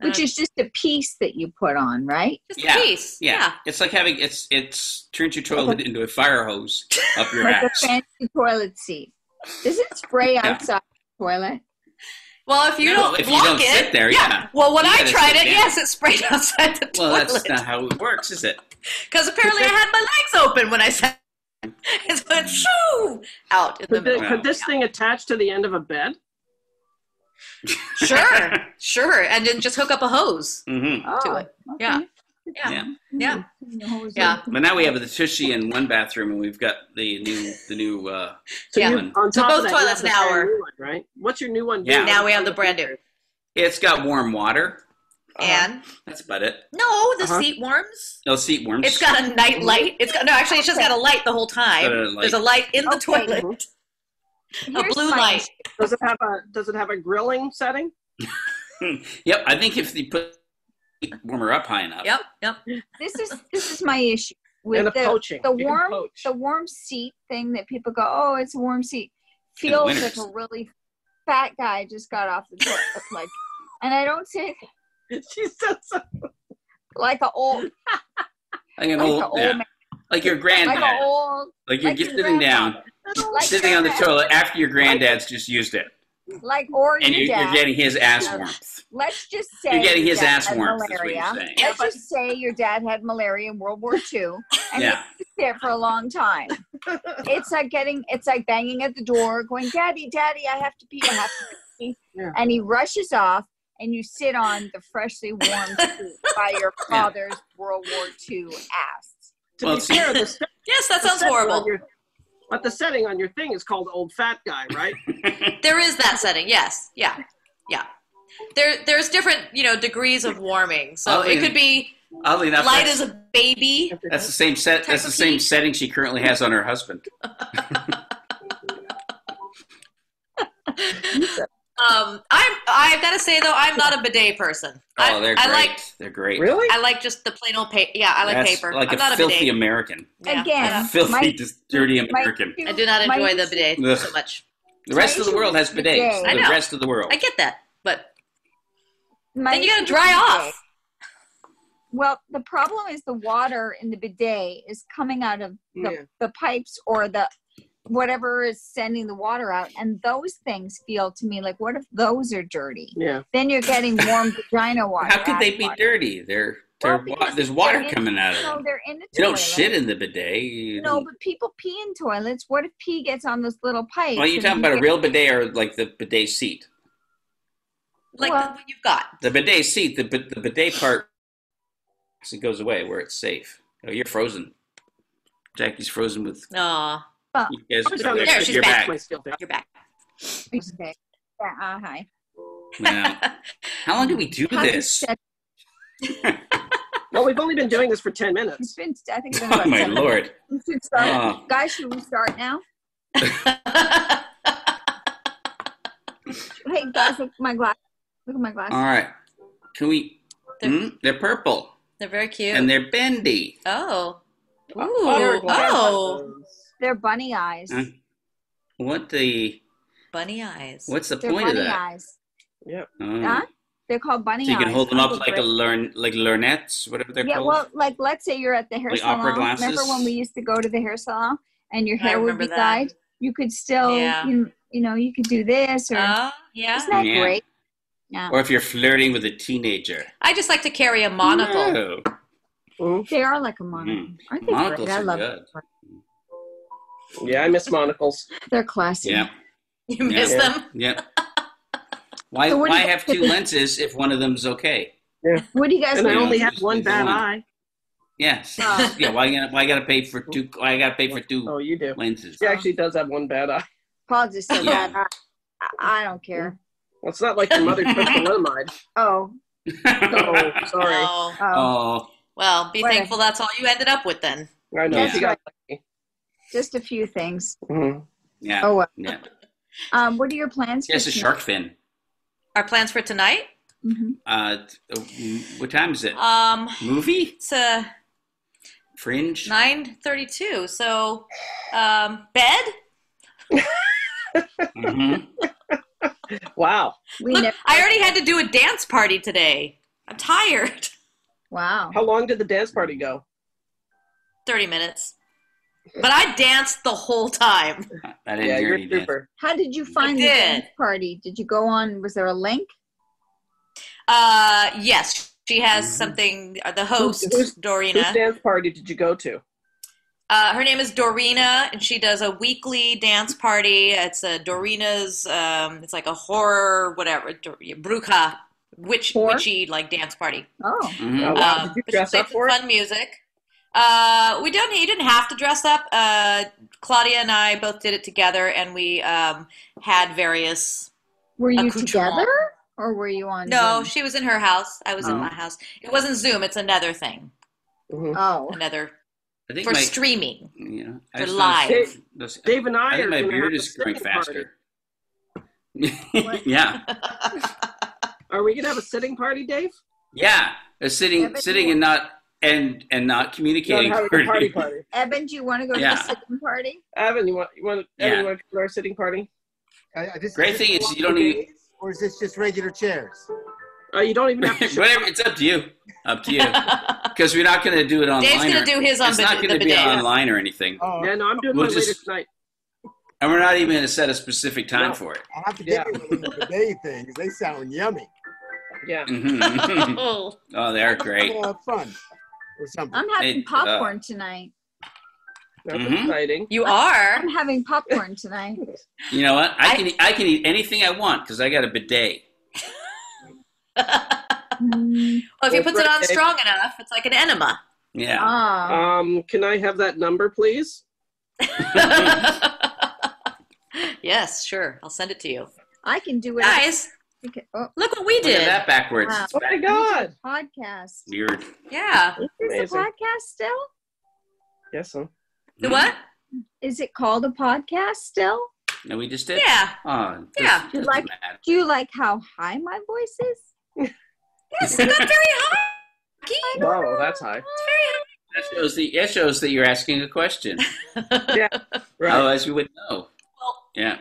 Speaker 4: Which
Speaker 1: Uh,
Speaker 4: is just a piece that you put on, right?
Speaker 1: just
Speaker 5: Yeah,
Speaker 1: a piece
Speaker 5: yeah, It's like having it's it's turns your toilet into a fire hose up your
Speaker 4: Like a
Speaker 5: ass.
Speaker 4: fancy toilet seat. Does it spray outside the toilet?
Speaker 1: Well, if you
Speaker 5: No,
Speaker 1: don't
Speaker 5: if you
Speaker 1: block
Speaker 5: don't
Speaker 1: it,
Speaker 5: sit there, yeah.
Speaker 1: Well, when
Speaker 5: You
Speaker 1: I
Speaker 5: gotta
Speaker 1: tried
Speaker 5: sit
Speaker 1: it,
Speaker 5: down.
Speaker 1: yes, it sprayed outside the
Speaker 5: Well, that's
Speaker 1: toilet
Speaker 5: not how it works, is it?
Speaker 1: because apparently I had my legs open when I sat. It went shoo out in the
Speaker 2: Could, thi-
Speaker 1: middle.
Speaker 5: Wow.
Speaker 2: could this thing attach to the end of a bed?
Speaker 1: Sure, sure, and then just hook up a hose.
Speaker 5: hmm
Speaker 4: Oh,
Speaker 1: it. Yeah.
Speaker 4: okay. Hmm.
Speaker 1: Yeah.
Speaker 5: Yeah.
Speaker 1: Yeah.
Speaker 4: The hose
Speaker 1: Yeah.
Speaker 5: But now we have the tushy in one bathroom, and we've got the new the new. Uh,
Speaker 2: So
Speaker 1: Yeah.
Speaker 2: you, on
Speaker 1: So
Speaker 2: top
Speaker 1: both
Speaker 2: of that, you have
Speaker 1: toilets
Speaker 2: the
Speaker 1: now
Speaker 2: brand
Speaker 1: are-
Speaker 2: new one, right. What's your new one? do?
Speaker 5: Yeah.
Speaker 1: Now we have the brand new.
Speaker 5: it's got warm water. Uh-huh.
Speaker 1: And
Speaker 5: That's about it. Oh,
Speaker 1: no, the
Speaker 2: Uh-huh.
Speaker 1: seat warms.
Speaker 5: No seat warms.
Speaker 1: It's got a night light. It's got no, actually, it's just got a light the whole
Speaker 5: Got
Speaker 1: time.
Speaker 5: a light.
Speaker 1: There's a light in the
Speaker 4: Okay.
Speaker 1: toilet, a
Speaker 4: Here's
Speaker 1: blue
Speaker 4: my-
Speaker 1: light.
Speaker 2: Mm-hmm. Does it have a Does it have a grilling setting?
Speaker 5: yep. I think if you put the warmer up high enough.
Speaker 1: Yep, yep.
Speaker 4: This is this is my issue with
Speaker 2: and a
Speaker 4: the,
Speaker 2: poaching.
Speaker 4: the
Speaker 2: You can
Speaker 4: warm
Speaker 2: poach.
Speaker 4: the warm seat thing that people go, oh, it's a warm seat. Feels like
Speaker 5: winters.
Speaker 4: a really fat guy just got off the toilet, like, and I don't say it
Speaker 2: she said so.
Speaker 4: like a old
Speaker 5: Like an
Speaker 4: like
Speaker 5: old,
Speaker 4: a old
Speaker 5: yeah.
Speaker 4: man,
Speaker 5: like your
Speaker 4: like a
Speaker 5: granddad.
Speaker 4: old
Speaker 5: Like you're
Speaker 4: like
Speaker 5: just
Speaker 4: your
Speaker 5: sitting down,
Speaker 4: grandma. like
Speaker 5: sitting on the
Speaker 4: your-
Speaker 5: toilet after your granddad's just used it,
Speaker 4: like or
Speaker 5: and
Speaker 4: your
Speaker 5: you, you're
Speaker 4: dad.
Speaker 5: getting his ass warmth.
Speaker 4: Let's just say
Speaker 5: You're getting
Speaker 4: your
Speaker 5: his
Speaker 4: dad
Speaker 5: ass
Speaker 4: had
Speaker 5: warmth, is what
Speaker 4: Malaria.
Speaker 5: you're saying.
Speaker 4: Let's just say your dad had malaria in World War II, and
Speaker 5: Yeah.
Speaker 4: he was there for a long time. It's like getting, it's like banging at the door, going, "Daddy, Daddy, I have to pee, I have to pee,"
Speaker 2: Yeah.
Speaker 4: and he rushes off, and you sit on the freshly warmed seat by your father's World War II ass.
Speaker 2: To
Speaker 5: Well,
Speaker 2: be
Speaker 5: see-
Speaker 2: fair, the, se-
Speaker 1: Yes, that
Speaker 2: the
Speaker 1: sounds
Speaker 2: setting on
Speaker 1: horrible.
Speaker 2: your- but the setting on your thing is called old fat guy, right?
Speaker 1: There is that setting. Yes. Yeah. Yeah. There, there's different, you know, degrees of warming. So
Speaker 5: Oh,
Speaker 1: it
Speaker 5: yeah.
Speaker 1: could be
Speaker 5: Oddly enough,
Speaker 1: Light
Speaker 5: that's,
Speaker 1: as a baby.
Speaker 5: that's the same set. That's the same setting she currently has on her husband.
Speaker 1: Um, I'm. I've got to say though, I'm not a bidet person.
Speaker 5: Oh,
Speaker 1: I,
Speaker 5: they're great.
Speaker 1: I like.
Speaker 5: they're great.
Speaker 2: Really?
Speaker 1: I like just the plain old paper. Yeah, I like
Speaker 5: That's
Speaker 1: paper.
Speaker 5: Like
Speaker 1: I'm
Speaker 5: a
Speaker 1: not a
Speaker 5: filthy
Speaker 1: bidet.
Speaker 5: American.
Speaker 1: Yeah. uh,
Speaker 4: Again,
Speaker 5: A filthy,
Speaker 4: my-
Speaker 5: just dirty
Speaker 4: my
Speaker 5: American.
Speaker 4: issue-
Speaker 1: I do not
Speaker 4: my
Speaker 1: enjoy the
Speaker 4: issue-
Speaker 1: bidet
Speaker 5: Ugh.
Speaker 1: so much.
Speaker 5: The rest of the world has bidets.
Speaker 4: I
Speaker 5: The
Speaker 1: know.
Speaker 5: rest of the world.
Speaker 1: I get that, but
Speaker 4: my
Speaker 1: then you got to
Speaker 4: issue
Speaker 1: dry
Speaker 4: with the bidet-
Speaker 1: off.
Speaker 4: Well, the problem is the water in the bidet is coming out of the,
Speaker 2: Yeah.
Speaker 4: the pipes or the whatever is sending the water out, and those things feel to me like what if those are dirty?
Speaker 2: Yeah.
Speaker 4: Then you're getting warm vagina water.
Speaker 5: How could
Speaker 4: ass
Speaker 5: they be
Speaker 4: water.
Speaker 5: dirty? They're,
Speaker 4: Well,
Speaker 5: they're wa-
Speaker 4: because
Speaker 5: there's water
Speaker 4: they're in-
Speaker 5: coming out of
Speaker 4: No,
Speaker 5: them.
Speaker 4: they're in the
Speaker 5: You don't
Speaker 4: toilet.
Speaker 5: shit in the bidet. You
Speaker 4: No,
Speaker 5: don't-
Speaker 4: but people pee in toilets. What if pee gets on those little pipes?
Speaker 5: well, Oh, you're
Speaker 4: and
Speaker 5: talking
Speaker 4: you
Speaker 5: about a
Speaker 4: get-
Speaker 5: real bidet or like the bidet seat.
Speaker 1: Like
Speaker 4: Well-
Speaker 1: what you've got.
Speaker 5: The bidet seat, the, bi- the bidet part, it goes away where it's safe. Oh, you're frozen. Jackie's frozen with
Speaker 1: Aw,
Speaker 5: you guys.
Speaker 2: I'm sorry.
Speaker 1: There, she's
Speaker 5: you're
Speaker 1: back.
Speaker 5: back.
Speaker 2: My skill set.
Speaker 1: you're back.
Speaker 4: Okay. Yeah, uh, hi.
Speaker 5: Yeah. How long do we do
Speaker 4: How do you
Speaker 5: this?
Speaker 4: set-
Speaker 2: Well, we've only been doing this for 10 minutes.
Speaker 4: It's been, I think it's been
Speaker 5: Oh
Speaker 4: about
Speaker 5: my
Speaker 4: seven
Speaker 5: lord!
Speaker 4: We should start.
Speaker 5: Oh.
Speaker 4: Guys, should we start now? Hey, guys, look at my glass. Look at my glass.
Speaker 5: All right, can we?
Speaker 1: They're-
Speaker 5: hmm? They're purple
Speaker 1: They're very cute.
Speaker 5: and they're bendy.
Speaker 1: oh. Ooh. Oh.
Speaker 2: Honored glasses.
Speaker 4: They're bunny eyes.
Speaker 5: Huh? What the?
Speaker 1: Bunny eyes.
Speaker 5: What's the
Speaker 4: They're
Speaker 5: point of
Speaker 4: bunny
Speaker 5: that?
Speaker 4: eyes.
Speaker 5: Oh.
Speaker 4: Huh? They're called bunny
Speaker 5: So you
Speaker 4: eyes.
Speaker 5: can hold them up
Speaker 4: Uncle
Speaker 5: like a
Speaker 4: Griff-
Speaker 5: learn like lornettes, whatever they're
Speaker 4: Yeah,
Speaker 5: called.
Speaker 4: well, like let's say you're at the hair
Speaker 5: Like
Speaker 4: salon.
Speaker 5: opera
Speaker 4: Remember
Speaker 5: glasses?
Speaker 4: when we used to go to the hair salon and your
Speaker 1: I
Speaker 4: hair would
Speaker 1: remember
Speaker 4: be
Speaker 1: that.
Speaker 4: dyed? You could still,
Speaker 1: Yeah.
Speaker 4: you, you know, you could do this or
Speaker 1: Oh, yeah.
Speaker 4: isn't that
Speaker 5: Yeah.
Speaker 4: great? Yeah,
Speaker 5: or if you're flirting with a teenager.
Speaker 1: I just like to carry a monocle.
Speaker 5: No.
Speaker 2: Mhm.
Speaker 4: they are like a monocle. Aren't they
Speaker 5: Hmm. Monocles
Speaker 4: great? I
Speaker 5: are
Speaker 4: love
Speaker 5: good.
Speaker 4: them.
Speaker 2: Yeah, I miss monocles.
Speaker 4: They're classy.
Speaker 5: Yeah.
Speaker 1: You miss
Speaker 2: Yeah.
Speaker 1: them?
Speaker 5: Yep. Why,
Speaker 4: So what do
Speaker 5: why
Speaker 4: you-
Speaker 5: have two lenses if one of them's okay?
Speaker 4: What do you guys
Speaker 2: And I
Speaker 5: Yeah,
Speaker 2: only
Speaker 5: it's
Speaker 2: have
Speaker 5: just-
Speaker 2: one
Speaker 5: it's
Speaker 2: bad
Speaker 5: one.
Speaker 2: eye.
Speaker 5: Yes.
Speaker 4: Oh.
Speaker 5: yeah. Why gotta why gotta pay for two? Why gotta pay for
Speaker 2: Oh,
Speaker 5: two
Speaker 2: you do.
Speaker 5: lenses?
Speaker 2: She actually does have one bad eye.
Speaker 4: Paul just said
Speaker 5: Yeah.
Speaker 4: that. I, I don't care.
Speaker 2: Well, it's not like your mother took thalidomide.
Speaker 4: Oh,
Speaker 2: Oh, sorry.
Speaker 1: No.
Speaker 4: oh.
Speaker 5: oh,
Speaker 1: Well, be
Speaker 4: Where?
Speaker 1: thankful that's all you ended up with then.
Speaker 2: I know.
Speaker 5: Yeah.
Speaker 2: She got,
Speaker 4: just a few things.
Speaker 2: Mhm.
Speaker 5: yeah,
Speaker 4: Oh, well.
Speaker 5: yeah.
Speaker 4: um, what are your plans?
Speaker 5: She has a shark fin.
Speaker 1: Our plans for tonight?
Speaker 4: hmm
Speaker 5: Uh, t- uh, m- what time is it?
Speaker 4: Uh,
Speaker 1: Um,
Speaker 5: Movie?
Speaker 1: it's a
Speaker 5: Fringe?
Speaker 1: 9:32. So, um, bed?
Speaker 5: Mhm.
Speaker 2: Wow.
Speaker 4: We
Speaker 1: Look,
Speaker 4: never,
Speaker 1: I already had to do a dance party today. I'm tired.
Speaker 4: wow.
Speaker 2: How long did the dance party go?
Speaker 1: 30 minutes. But I danced the whole time.
Speaker 5: I didn't
Speaker 2: Yeah,
Speaker 5: hear
Speaker 2: you're
Speaker 5: any
Speaker 2: a
Speaker 5: dance.
Speaker 2: trooper.
Speaker 4: How did you find the
Speaker 1: did.
Speaker 4: dance party? Did you go on? Was there a link?
Speaker 1: Uh, yes, she has
Speaker 5: Mhm.
Speaker 1: something. Uh, the host,
Speaker 2: Mm-hmm. who's- Whose
Speaker 1: Dorina.
Speaker 2: dance party did you go to?
Speaker 1: Uh, her name is Dorina, and she does a weekly dance party. It's a Dorina's. Um, it's like a horror, whatever, Dor- bruja, witch,
Speaker 4: Horror?
Speaker 1: witchy like dance party.
Speaker 4: Oh,
Speaker 5: Mhm.
Speaker 2: Oh, wow.
Speaker 1: Um,
Speaker 2: Did you
Speaker 1: but she
Speaker 2: dress
Speaker 1: played
Speaker 2: up
Speaker 1: some
Speaker 2: for it?
Speaker 1: fun music. Uh, we don't. You didn't have to dress up. Uh, Claudia and I both did it together, and we um, had various.
Speaker 4: were you
Speaker 1: Accoutrement.
Speaker 4: together or were you on?
Speaker 1: No,
Speaker 4: Zoom?
Speaker 1: she was in her house. I was in
Speaker 5: Oh.
Speaker 1: my house. It wasn't Zoom. It's another thing.
Speaker 2: Mhm.
Speaker 4: Oh,
Speaker 1: Another
Speaker 5: I think
Speaker 1: for
Speaker 5: my
Speaker 1: streaming.
Speaker 5: yeah, I
Speaker 1: for
Speaker 5: just noticed-
Speaker 2: live.
Speaker 5: those-
Speaker 2: Dave and I,
Speaker 5: I
Speaker 2: are
Speaker 5: think my
Speaker 2: gonna
Speaker 5: beard
Speaker 2: have a
Speaker 5: is growing
Speaker 2: singing party.
Speaker 5: faster. yeah,
Speaker 2: Are we gonna have a sitting party, Dave?
Speaker 5: yeah. A sitting,
Speaker 4: Yeah, but
Speaker 5: sitting,
Speaker 4: you-
Speaker 5: and not and and not communicating.
Speaker 2: Not having a party party.
Speaker 4: Evan, do you want to go to
Speaker 5: Yeah.
Speaker 4: the sitting party?
Speaker 2: Evan, you want you want Evan,
Speaker 5: Yeah.
Speaker 2: you want to come to our sitting party?
Speaker 3: I- I just-
Speaker 5: Great
Speaker 3: just
Speaker 5: thing is
Speaker 3: walk
Speaker 5: you don't
Speaker 3: away,
Speaker 5: even-
Speaker 3: Or is this just regular chairs?
Speaker 2: Uh, you don't even have to. show
Speaker 5: Whatever, it's up to you. Up to you. Because we're not going to do it online.
Speaker 1: Dave's
Speaker 5: or-
Speaker 1: gonna do his on
Speaker 5: it's not
Speaker 1: bid- the
Speaker 5: going to be
Speaker 1: bidet.
Speaker 5: online or anything.
Speaker 3: Oh,
Speaker 2: Yeah, no, I'm doing
Speaker 5: We'll
Speaker 2: my
Speaker 5: just-
Speaker 2: latest night.
Speaker 5: And we're not even going to set a specific time
Speaker 2: No.
Speaker 5: for it.
Speaker 3: I have to
Speaker 2: Yeah.
Speaker 3: get me one of these bidet things. They sound yummy.
Speaker 2: Yeah.
Speaker 5: Mhm.
Speaker 1: Oh.
Speaker 5: oh, they're great.
Speaker 3: Have, uh, fun or something.
Speaker 4: I'm having
Speaker 5: Hey, uh,
Speaker 4: popcorn tonight.
Speaker 2: That's
Speaker 5: Mhm.
Speaker 2: exciting.
Speaker 1: You are.
Speaker 4: I'm having popcorn tonight.
Speaker 5: You know what? I
Speaker 1: I-
Speaker 5: can I can eat anything I want because I got a bidet.
Speaker 4: Mm,
Speaker 1: Well, if he
Speaker 2: Well,
Speaker 1: puts it on
Speaker 2: okay.
Speaker 1: strong enough, it's like an enema.
Speaker 5: Yeah.
Speaker 4: oh,
Speaker 2: Um, can I have that number, please?
Speaker 1: yes, sure. I'll send it to you.
Speaker 4: I can do it.
Speaker 1: Guys,
Speaker 4: Okay. Oh,
Speaker 1: Look what we
Speaker 5: Look at
Speaker 1: did.
Speaker 5: that backwards.
Speaker 1: Wow.
Speaker 5: It's
Speaker 2: Oh my
Speaker 5: back-
Speaker 2: God.
Speaker 4: podcast.
Speaker 5: Weird.
Speaker 1: Yeah.
Speaker 4: Is this a
Speaker 2: Amazing.
Speaker 4: podcast still?
Speaker 2: Yes. So.
Speaker 1: The what?
Speaker 4: Is it called a podcast still?
Speaker 5: Mm-hmm. No, we just did.
Speaker 1: Yeah.
Speaker 5: Oh,
Speaker 1: Yeah.
Speaker 5: doesn't- doesn't
Speaker 4: Like-
Speaker 5: matter.
Speaker 4: Do you like how high my voice is?
Speaker 1: Yes, it got very high. It's
Speaker 2: Whoa, that's high.
Speaker 5: Oh, That shows the that shows that you're asking a question.
Speaker 1: very high.
Speaker 2: Right.
Speaker 5: Otherwise, we would know.
Speaker 1: Well,
Speaker 5: Yeah.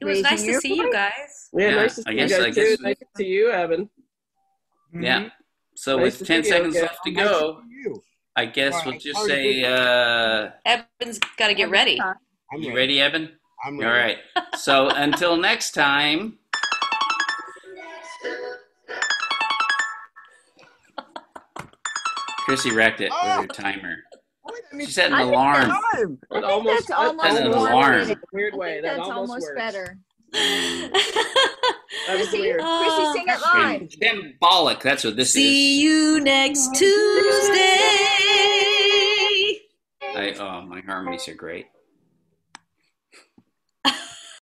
Speaker 1: it was
Speaker 4: Raising
Speaker 1: nice to
Speaker 4: your
Speaker 1: see you
Speaker 4: voice?
Speaker 1: guys.
Speaker 2: yeah,
Speaker 5: yeah,
Speaker 2: nice to see
Speaker 5: I
Speaker 2: you
Speaker 5: guess- I
Speaker 2: guys too.
Speaker 5: guess we-
Speaker 2: Nice to see you, Evan.
Speaker 3: Mm-hmm.
Speaker 5: Yeah. So
Speaker 2: Nice to
Speaker 5: with ten
Speaker 2: see you.
Speaker 5: seconds
Speaker 2: Yeah.
Speaker 5: left to
Speaker 3: Nice
Speaker 5: go,
Speaker 3: see you.
Speaker 5: I guess
Speaker 3: All
Speaker 5: we'll
Speaker 3: right.
Speaker 5: just
Speaker 3: Already
Speaker 5: say,
Speaker 3: did
Speaker 5: uh,
Speaker 1: Evan's got to get ready.
Speaker 3: I'm
Speaker 5: you ready, Evan?
Speaker 3: I'm
Speaker 5: All
Speaker 3: ready.
Speaker 5: right. So until next time. Chrissy wrecked it with her
Speaker 3: Ah!
Speaker 5: timer.
Speaker 3: Wait, I mean,
Speaker 5: She set an
Speaker 4: I think
Speaker 5: alarm.
Speaker 3: time.
Speaker 4: I think
Speaker 2: almost-
Speaker 4: that's almost
Speaker 5: That's an
Speaker 4: more
Speaker 5: alarm.
Speaker 4: fitting.
Speaker 2: In a weird
Speaker 4: I
Speaker 2: way.
Speaker 4: think
Speaker 2: that
Speaker 4: that's
Speaker 2: almost,
Speaker 4: almost
Speaker 2: works.
Speaker 4: better.
Speaker 2: That was
Speaker 4: Chrissy,
Speaker 2: weird.
Speaker 4: Chrissy, sing
Speaker 5: Ah.
Speaker 4: it live.
Speaker 5: Symbolic. That's what this is.
Speaker 1: See you next Tuesday.
Speaker 5: I, oh, um, my harmonies are great.